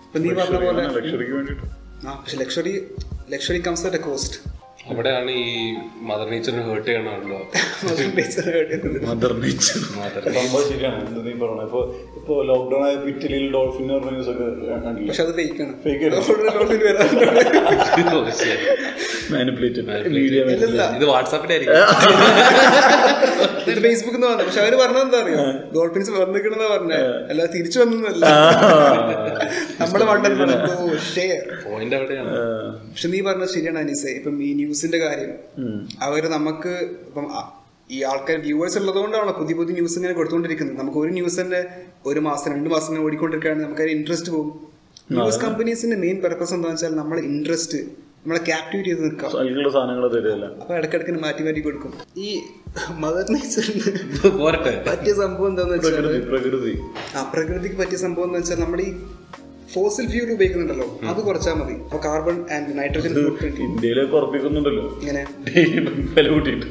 ഇപ്പൊ നീ പറഞ്ഞ പോലെ ലക്ഷറിക്ക് വേണ്ടിയിട്ട് ആ പക്ഷെ luxury luxury comes at a cost അവിടെയാണ് ഈ മദർ നേച്ചറിനെ ഹേർട്ട് ചെയ്യണമല്ലോ (laughs) മദർ നേച്ചർ മദർ സംഭവം ശരിയാണ് എന്ത് നീ പറഞ്ഞത് ഇപ്പൊ ഇപ്പൊ ലോക്ക്ഡൌൺ ആയപ്പോ ഇറ്റലിയിൽ ഡോൾഫിൻ എന്ന് പറഞ്ഞ ന്യൂസ് ഒക്കെ കണ്ടില്ല പക്ഷെ അത് ഫേക്കാണ് Fake ആണ്. (laughs) Oh, മാനിപ്പുലേറ്റഡ് മീഡിയ ഇത് വാട്സാപ്പിന്റെ ആയിരിക്കും ഇത് ഫേസ്ബുക്ക് എന്ന് പറഞ്ഞു പക്ഷെ അവര് പറഞ്ഞത് എന്താ അറിയോ ഡോൾഫിൻസ് വന്നിക്കണെന്നാ പറഞ്ഞ അല്ലാതെ തിരിച്ചു വന്നല്ല (laughs) നമ്മുടെ മണ്ടൻ പറഞ്ഞു "ഓ, shit." പോയിന്റ് അവിടെയാണ് പക്ഷെ നീ പറഞ്ഞത് ശരിയാണ് അനീസെ ഇപ്പം ഈ ന്യൂസിന്റെ കാര്യം അവര് നമുക്ക് ഇപ്പം അ- ഈ ആൾക്കാർ വ്യൂവേഴ്സ് ഉള്ളതുകൊണ്ടാണ് പുതിയ പുതിയ ന്യൂസ് ഇങ്ങനെ കൊടുത്തുകൊണ്ടിരിക്കുന്നത് നമുക്ക് ഒരു ന്യൂസ് തന്നെ ഒരു മാസം രണ്ട് മാസം ഇങ്ങനെ ഓടിക്കൊണ്ടിരിക്കുകയാണെങ്കിൽ നമുക്കതിന് ഇൻട്രസ്റ്റ് പോകും ന്യൂസ് കമ്പനീസിന്റെ മെയിൻ പർപ്പസ് എന്താണെന്ന് വെച്ചാൽ നമ്മളെ ഇൻട്രസ്റ്റ് നമ്മളെ ക്യാപ്റ്റിവേറ്റ് ചെയ്ത് നിൽക്കാം അതിലുള്ള സാധനങ്ങൾ തരുമല്ല അപ്പൊ ഇടയ്ക്കിടയ്ക്ക് മാറ്റി മാറ്റി കൊടുക്കും ഈ മദർ നേച്ചറിന് പോരട്ടെ പറ്റിയ സംഭവം എന്താണെന്ന് വെച്ചാൽ പ്രകൃതി പ്രകൃതി ആ പ്രകൃതിക്ക് പറ്റിയ സംഭവം എന്ന് വെച്ചാൽ നമ്മുടെ ഈ ഫോസിൽ ഫ്യൂൽ ഉപയോഗിക്കുന്നുണ്ടല്ലോ അത് കുറച്ചാൽ മതി അപ്പൊ carbon and nitrogen footprint ഇന്ത്യയിലൊക്കെ ഉറപ്പിക്കുന്നുണ്ടല്ലോ ഇങ്ങനെ (laughs) വില കൂട്ടിയിട്ട്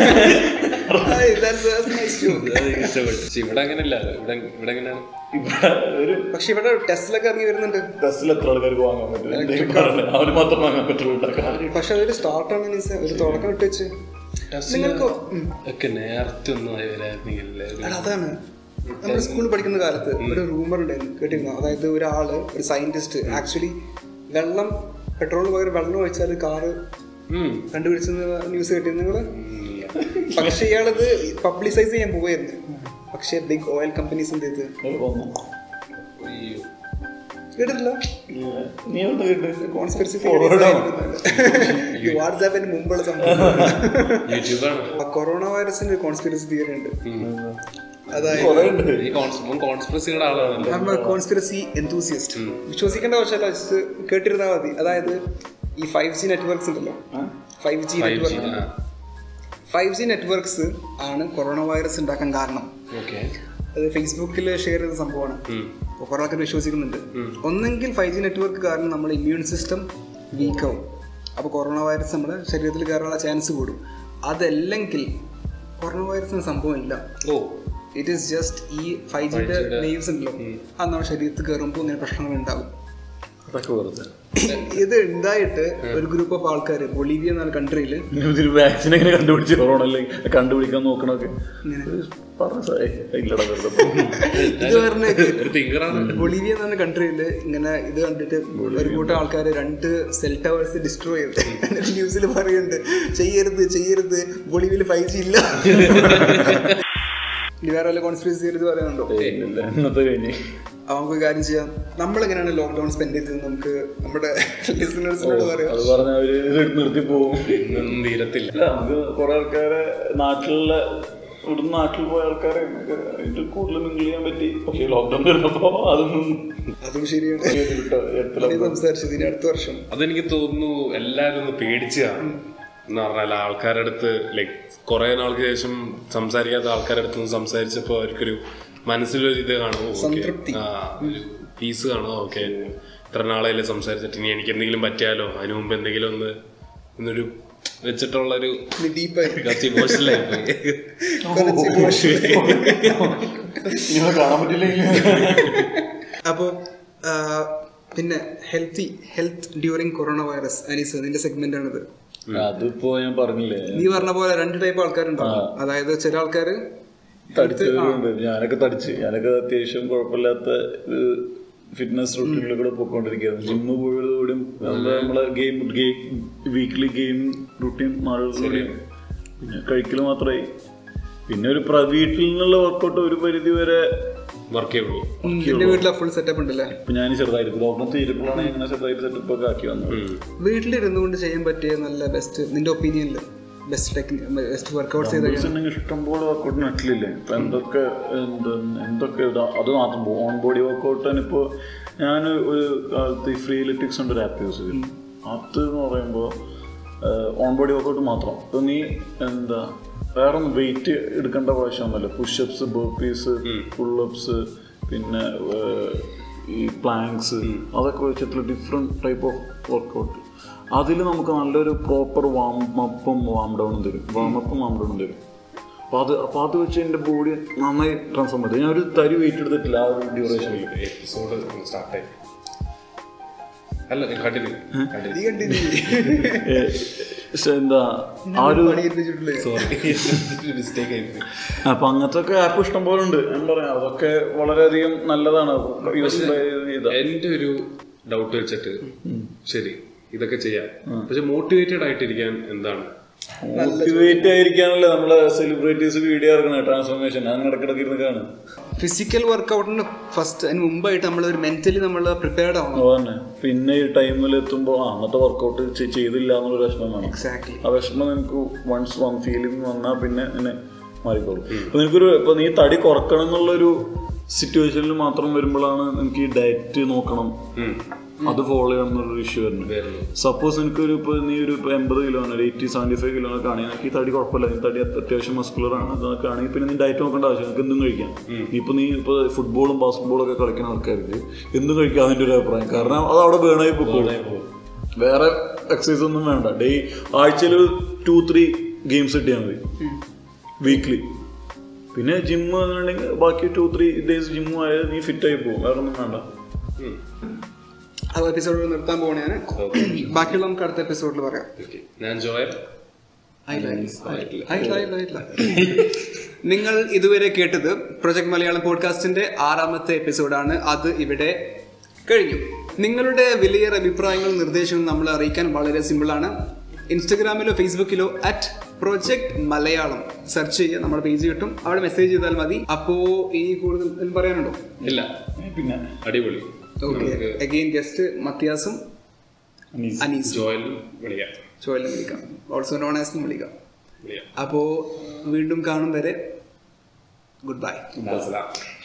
Hi, that's, that's nice joke. അത് എനിക്ക് ഇഷ്ടപ്പെട്ടു പക്ഷെ ഇവിടെ അങ്ങനെയല്ല ഇവിടെ ഇവിടെ എങ്ങനെയാണ് ഇവിടെ ഒരു പക്ഷെ ഇവിടെ ടെസ്റ്റിലൊക്കെ ഇറങ്ങി വരുന്നുണ്ട് ബസ്സിൽ എത്ര ആൾക്കാർക്ക് വാങ്ങാൻ പറ്റില്ല എന്തെങ്കിലും പറഞ്ഞ് അവന് മാത്രം വാങ്ങാൻ പറ്റുള്ളൂ ഉണ്ടാക്കാൻ. പക്ഷെ അതൊരു സ്റ്റാർട്ടാണ് മീൻസ് ഒരു തുടക്കം ഇട്ട് വെച്ച് നിങ്ങൾക്ക് ഉം, ഒക്കെ നേരത്തെ ഒന്നും ആയി വരായിരുന്നെങ്കിൽ എടാ, അതാണ് നമ്മൾ സ്കൂളിൽ പഠിക്കുന്ന കാലത്ത് ഒരു റൂമർ ഉണ്ടായിരുന്നു കേട്ടിരുന്നു അതായത് ഒരാള് ഒരു സയന്റിസ്റ്റ് ആക്ച്വലി വെള്ളം പെട്രോളിന് പകരം വെള്ളം ഒഴിച്ചാൽ കാറ് കണ്ടുപിടിച്ചെന്ന് ന്യൂസ് കേട്ടിരുന്നു നിങ്ങള് പക്ഷെ ഇയാളത് പബ്ലിസൈസ് ചെയ്യാൻ പോവായിരുന്നു പക്ഷെ ബിഗ് ഓയിൽ കമ്പനീസ് എന്ത് ചെയ്ത് ഒരു വന്നു. കേട്ടിട്ടില്ല ഇല്ല. നീ ഒന്ന് കേട്ട് കോൺസ്പെറസി Forward ആണോ? (laughs) വാട്സാപ്പിന് മുമ്പുള്ള സംഭവം (laughs) യൂട്യൂബാണ് ആ കൊറോണ വൈറസിന്റെ ഒരു കോൺസ്പിറസി തിയറി ഉണ്ട് അതായത് കുറേ ഉണ്ട് ഈ കോൺസ് കോൺസ്പിറസിയുടെ ആളാണല്ലോ നമ്മൾ കോൺസ്പിറസി എന്തൂസിയസ്റ്റ് വിശ്വസിക്കേണ്ട ആവശ്യമില്ല just കേട്ടിരുന്നാൽ മതി അതായത് ഈ ഫൈവ് ജി നെറ്റ്വർക്ക്സ് ഉണ്ടല്ലോ five G five G network five G networks ആണ് കൊറോണ വൈറസ് ഉണ്ടാക്കാൻ കാരണം ഓക്കെ അത് ഫേസ്ബുക്കിൽ ഷെയർ ചെയ്ത സംഭവമാണ് അപ്പോൾ കുറേ ആൾക്കാർ വിശ്വസിക്കുന്നുണ്ട് ഒന്നെങ്കിൽ ഫൈവ് ജി നെറ്റ്വർക്ക് കാരണം നമ്മുടെ ഇമ്മ്യൂൺ സിസ്റ്റം വീക്കാവും അപ്പോൾ കൊറോണ വൈറസ് നമ്മുടെ ശരീരത്തിൽ കയറാനുള്ള ചാൻസ് കൂടും അതല്ലെങ്കിൽ കൊറോണ വൈറസിന് സംഭവമില്ല ഓ ഇറ്റ് ഈസ് ജസ്റ്റ് ഈ ഫൈവ് ജിയുടെ വേവ്സ് ഉണ്ടല്ലോ അത് നമ്മുടെ ശരീരത്തിൽ കയറുമ്പോൾ ഇങ്ങനെ പ്രശ്നങ്ങൾ ഉണ്ടാകും അതൊക്കെ വെറുതെ ഇത് ഉണ്ടായിട്ട് ഒരു ഗ്രൂപ്പ് ഓഫ് ആൾക്കാർ ബൊളീവിയ എന്ന കൺട്രിയിൽ ഇതിന് വാക്സിൻ എങ്ങനെ കണ്ടുപിടിച്ച് കൊറോണ അല്ലെങ്കിൽ കണ്ടുപിടിക്കാൻ നോക്കണൊക്കെ പറഞ്ഞ സാ- ഏയ് ഇല്ലടാ വെറുതെ (laughs) പോകും. ഇത് പറഞ്ഞ ഒരു തിങ്കറാണ് ബൊളീവിയ എന്ന കൺട്രിയിൽ ഇങ്ങനെ ഇത് കണ്ടിട്ട് ഒരു കൂട്ടം ആൾക്കാർ രണ്ട് സെൽ ടവേഴ്സ് ഡിസ്ട്രോയ് ചെയ്തു എന്നിട്ട് ന്യൂസിൽ പറയുന്നുണ്ട് ചെയ്യരുത് ചെയ്യരുത് ബൊളീവിയയിൽ ഫൈവ് ജി ഇല്ല ഇനി വേറെ വല്ല കോൺസ്പിറസി ചെയ്ത് പറയാനുണ്ടോ ഏയ് ഇല്ലില്ല. ഇന്നത്തെ കഴിഞ്ഞ് അപ്പൊ നമുക്ക് ഒരു കാര്യം ചെയ്യാം നമ്മളെങ്ങനെയാണ് ലോക്ക്ഡൌൺ സ്പെൻഡ് ചെയ്തത് നമുക്ക് നമ്മുടെ (laughs) ലിസണേഴ്സിനോട് പറയാം അത് പറഞ്ഞ അവര് ഇത് നിർത്തി പോകും ഇന്നൊന്നും തീരത്തില്ല ഇല്ല നമുക്ക് കുറെ ആൾക്കാരെ നാട്ടിലുള്ള ഇവിടുന്ന് നാട്ടിൽ പോയ ആൾക്കാരെ നമുക്ക് ഇത് കൂടുതൽ മിങ്കിൾ ചെയ്യാൻ പറ്റി പക്ഷേ ലോക്ക്ഡൌൺ വരുന്നപ്പോ അതൊന്നും അതും ശരിയാണ് കേട്ടിട്ടോ എത്ര ഇത് സംസാരിച്ചത് ഇനി അടുത്ത വർഷം അതെനിക്ക് തോന്നുന്നു എല്ലാരും ഒന്ന് പേടിച്ചതാണ് എന്ന് പറഞ്ഞാൽ ആൾക്കാരുടെ അടുത്ത് ലൈക് കുറെ നാൾക്ക് ശേഷം സംസാരിക്കാത്ത ആൾക്കാരുടെ അടുത്ത് നിന്ന് സംസാരിച്ചപ്പോൾ അവർക്കൊരു മനസ്സിലൊരു ഇത് കാണുമോ സംതൃപ്തി. പീസ് കാണുമോ ഓക്കെ ഇത്ര നാളെയല്ലേ സംസാരിച്ചിട്ട് ഇനി എനിക്ക് എന്തെങ്കിലും പറ്റിയാലോ അതിനു മുമ്പ് എന്തെങ്കിലും ഒന്ന് എന്നൊരു വെച്ചിട്ടുള്ള ഒരു ഡീപ്പായി കുറച്ച് ഇമോഷണൽ ആയിപ്പോയി ഇങ്ങനെ കാണാൻ പറ്റില്ലെങ്കിൽ അപ്പോൾ പിന്നെ healthy health during corona virus Anees നിന്റെ സെഗ്മെന്റ് ആണിത് അതിപ്പോ ഞാൻ പറഞ്ഞില്ലേ നീ പറഞ്ഞ പോലെ രണ്ട് ടൈപ്പ് ആൾക്കാരുണ്ടാവും അതായത് ചില ആൾക്കാർ തടിച്ചവരുണ്ട് ഞാനൊക്കെ തടിച്ച് ഞാനൊക്കെ അത്യാവശ്യം കുഴപ്പമില്ലാത്ത ഫിറ്റ്നസ് റൂട്ടീനിൽ കൂടെ പോയിക്കൊണ്ടിരിക്കുകയായിരുന്നു ജിമ്മ് പോയതോടും നമ്മുടെ നമ്മളെ game game weekly game routine മാറുന്നതോടെയും പിന്നെ കഴിക്കൽ മാത്രമായി പിന്നെ ഒരു പ്ര വീട്ടിൽ നിന്നുള്ള വർക്കൗട്ട് ഒരു പരിധി വരെ വർക്ക് ചെയ്യുള്ളൂ നിന്റെ വീട്ടിലെ ഫുൾ സെറ്റപ്പ് ഉണ്ടല്ലേ ഇപ്പൊ ഞാൻ ചെറുതായിട്ട് ലോക്ക്ഡൌൺ തീരുമ്പോഴാണ് ഇങ്ങനെ ചെറുതായിട്ട് സെറ്റപ്പ് ഒക്കെ ആക്കി വന്നത് ഉം. വീട്ടിലിരുന്നു കൊണ്ട് ചെയ്യാൻ പറ്റിയ നല്ല ബെസ്റ്റ് നിന്റെ ഒപ്പീനിയനിൽ ബെസ്റ്റ് ടെക്നിക് ബെസ്റ്റ് വർക്കൗട്ട്സ് ചെയ്ത ഉണ്ടെങ്കിൽ ഇഷ്ടംപോലെ വർക്കൗട്ട് നെറ്റിലില്ലേ ഇപ്പൊ എന്തൊക്കെ എന്ത് എന്തൊക്കെ ഇതാ അത് മാത്രം ഓൺ ബോഡി വർക്കൗട്ടാണ് ഇപ്പോൾ ഞാൻ ഒരു കാലത്ത് ഈ ഫ്രീ ലിറ്റിക്സ് ഉണ്ട് ഒരു ആപ്പ് യൂസ് ചെയ്തു അത് എന്ന് പറയുമ്പോൾ ഓൺ ബോഡി വർക്കൗട്ട് മാത്രം ഇപ്പം നീ എന്താ വേറെ വെയിറ്റ് എടുക്കേണ്ട ആവശ്യമൊന്നുമില്ല പുഷപ്സ് ബർപ്പീസ് പുള്ളപ്സ് പിന്നെ ഏഹ്, ഈ പ്ലാങ്ക്സ് അതൊക്കെ വെച്ചിട്ടുള്ള ഡിഫറെൻറ്റ് ടൈപ്പ് ഓഫ് വർക്കൗട്ട് അതിൽ നമുക്ക് നല്ലൊരു പ്രോപ്പർ വാം അപ്പും വാം ഡൗണും തരും വാം അപ്പും വാം ഡൗണും തരും അപ്പോൾ അത് അപ്പോൾ അത് വെച്ച് എൻ്റെ ബോഡി നന്നായി ട്രാൻസ്ഫോം ചെയ്തു ഞാൻ ഒരു തരി വെയിറ്റ് എടുത്തിട്ടില്ല ആ ഒരു ഡ്യൂറേഷനിൽ എപ്പിസോഡ് സ്റ്റാർട്ടായി അല്ല കണ്ടിന്യൂ നീ കണ്ടില്ലേ എന്താ ആ ഒരു പണിയെടുത്തിട്ടുള്ള (laughs) സോറി മിസ്റ്റേക്ക് ആയിപ്പോയി അപ്പൊ അങ്ങനത്തെ ഒക്കെ ആപ്പ് ഇഷ്ടം പോലെ ഉണ്ട് ഞാൻ പറയാം അതൊക്കെ വളരെയധികം നല്ലതാണ് യൂസ് ചെയ്ത എന്റെ ഒരു ഡൗട്ട് വെച്ചിട്ട് ശരി ഇതൊക്കെ ചെയ്യാം പക്ഷെ മോട്ടിവേറ്റഡ് ആയിട്ടിരിക്കാൻ എന്താണ് മോട്ടിവേറ്റ് ആയിരിക്കാനല്ലേ നമ്മളെ സെലിബ്രിറ്റീസ് വീഡിയോ ഇറക്കണേ ട്രാൻസ്ഫോർമേഷൻ അങ്ങനെ ഇടക്കിടക്ക് ഇരുന്ന് കാണും ഫിസിക്കൽ വർക്കൗട്ടിന് ഫസ്റ്റ് അതിന് മുമ്പായിട്ട് നമ്മൾ ഒരു മെന്റലി നമ്മൾ പ്രിപ്പയർഡ് ആവണം അത് തന്നെ പിന്നെ ഈ ടൈമിൽ എത്തുമ്പോൾ ആ അന്നത്തെ വർക്കൗട്ട് ചെയ്തില്ല എന്നുള്ള വിഷമം വേണം എക്സാക്ട്ലി ആ വിഷമം നിനക്ക് വൺസ് വൺ ഫീലിംഗ് വന്നാൽ പിന്നെ എന്നെ മാറിക്കോളും ഇപ്പൊ നിനക്കൊരു ഇപ്പൊ നീ തടി കുറക്കണം എന്നുള്ളൊരു സിറ്റുവേഷനിൽ മാത്രം വരുമ്പോഴാണ് നിനക്ക് ഈ ഡയറ്റ് നോക്കണം ഉം. അത് ഫോളോ ചെയ്യണം എന്നുള്ളൊരു ഇഷ്യൂ വരുന്നത് വരുന്നു സപ്പോസ് എനിക്കൊരു ഇപ്പോൾ നീ ഒരു ഇപ്പോൾ എൺപത് കിലോ ആണ് എയ്റ്റി സെവൻറ്റി ഫൈവ് കിലോ ഒക്കെ ആണെങ്കിൽ നിനക്ക് ഈ തടി കുഴപ്പമില്ല നീ തടി അത്യ- അത്യാവശ്യം muscular ആണ് അതൊക്കെ ആണെങ്കിൽ പിന്നെ നീ ഡയറ്റ് നോക്കേണ്ട ആവശ്യം നിനക്ക് എന്തും കഴിക്കാം ഇപ്പോൾ നീ ഇപ്പോൾ ഫുട്ബോളും ബാസ്കറ്റ്ബോളും ഒക്കെ കളിക്കുന്ന ആൾക്കാർക്ക് എന്തും കഴിക്കാം അതിൻ്റെ ഒരു അഭിപ്രായം കാരണം അത് അവിടെ ബേണായി പോകും വേറെ എക്സസൈസ് ഒന്നും വേണ്ട ഡേ ആഴ്ചയിൽ ടു ത്രീ ഗെയിംസ് കിട്ടിയാൽ മതി വീക്ക്ലി പിന്നെ ജിമ്മ് എന്നുണ്ടെങ്കിൽ ബാക്കി ടു ത്രീ ഡേയ്സ് ജിമ്മ് ആയാൽ നീ ഫിറ്റായി പോകും വേറെ ഒന്നും വേണ്ട ഉം. അത് എപ്പിസോഡ് നിർത്താൻ പോകണേ ഞാൻ Okay. (clears throat) ബാക്കിയുള്ള നമുക്ക് അടുത്ത എപ്പിസോഡിൽ പറയാം Okay. ഞാൻ ജോയൽ ആയിട്ടില്ല. ആയിട്ടില്ല, ആയിട്ടില്ല, ആയിട്ടില്ല. നിങ്ങൾ ഇതുവരെ കേട്ടത് പ്രൊജക്ട് മലയാളം പോഡ്കാസ്റ്റിന്റെ ആറാമത്തെ എപ്പിസോഡാണ് അത് ഇവിടെ കഴിഞ്ഞു നിങ്ങളുടെ വിലയേറെ അഭിപ്രായങ്ങളും നിർദ്ദേശങ്ങളും നമ്മളെ അറിയിക്കാൻ വളരെ സിമ്പിളാണ് ഇൻസ്റ്റഗ്രാമിലോ ഫേസ്ബുക്കിലോ അറ്റ് പ്രൊജക്ട് മലയാളം സെർച്ച് ചെയ്യുക നമ്മുടെ പേജ് കിട്ടും അവിടെ മെസ്സേജ് ചെയ്താൽ മതി അപ്പോൾ ഇനി കൂടുതൽ എന്തും പറയാനുണ്ടോ ഇല്ല പിന്നെ അടിപൊളി ഓക്കെ അഗെയിൻ ഗസ്റ്റ് മത്യാസും അനീസ്. അനീസ് ജോയലും വിളിക്കാം ചോയലും വിളിക്കാം ഓൾസോ നോൺ ആസിനും വിളിക്കാം വിളിക്കാം അപ്പോൾ വീണ്ടും കാണും വരെ ഗുഡ് ബൈ അസ്സലാം.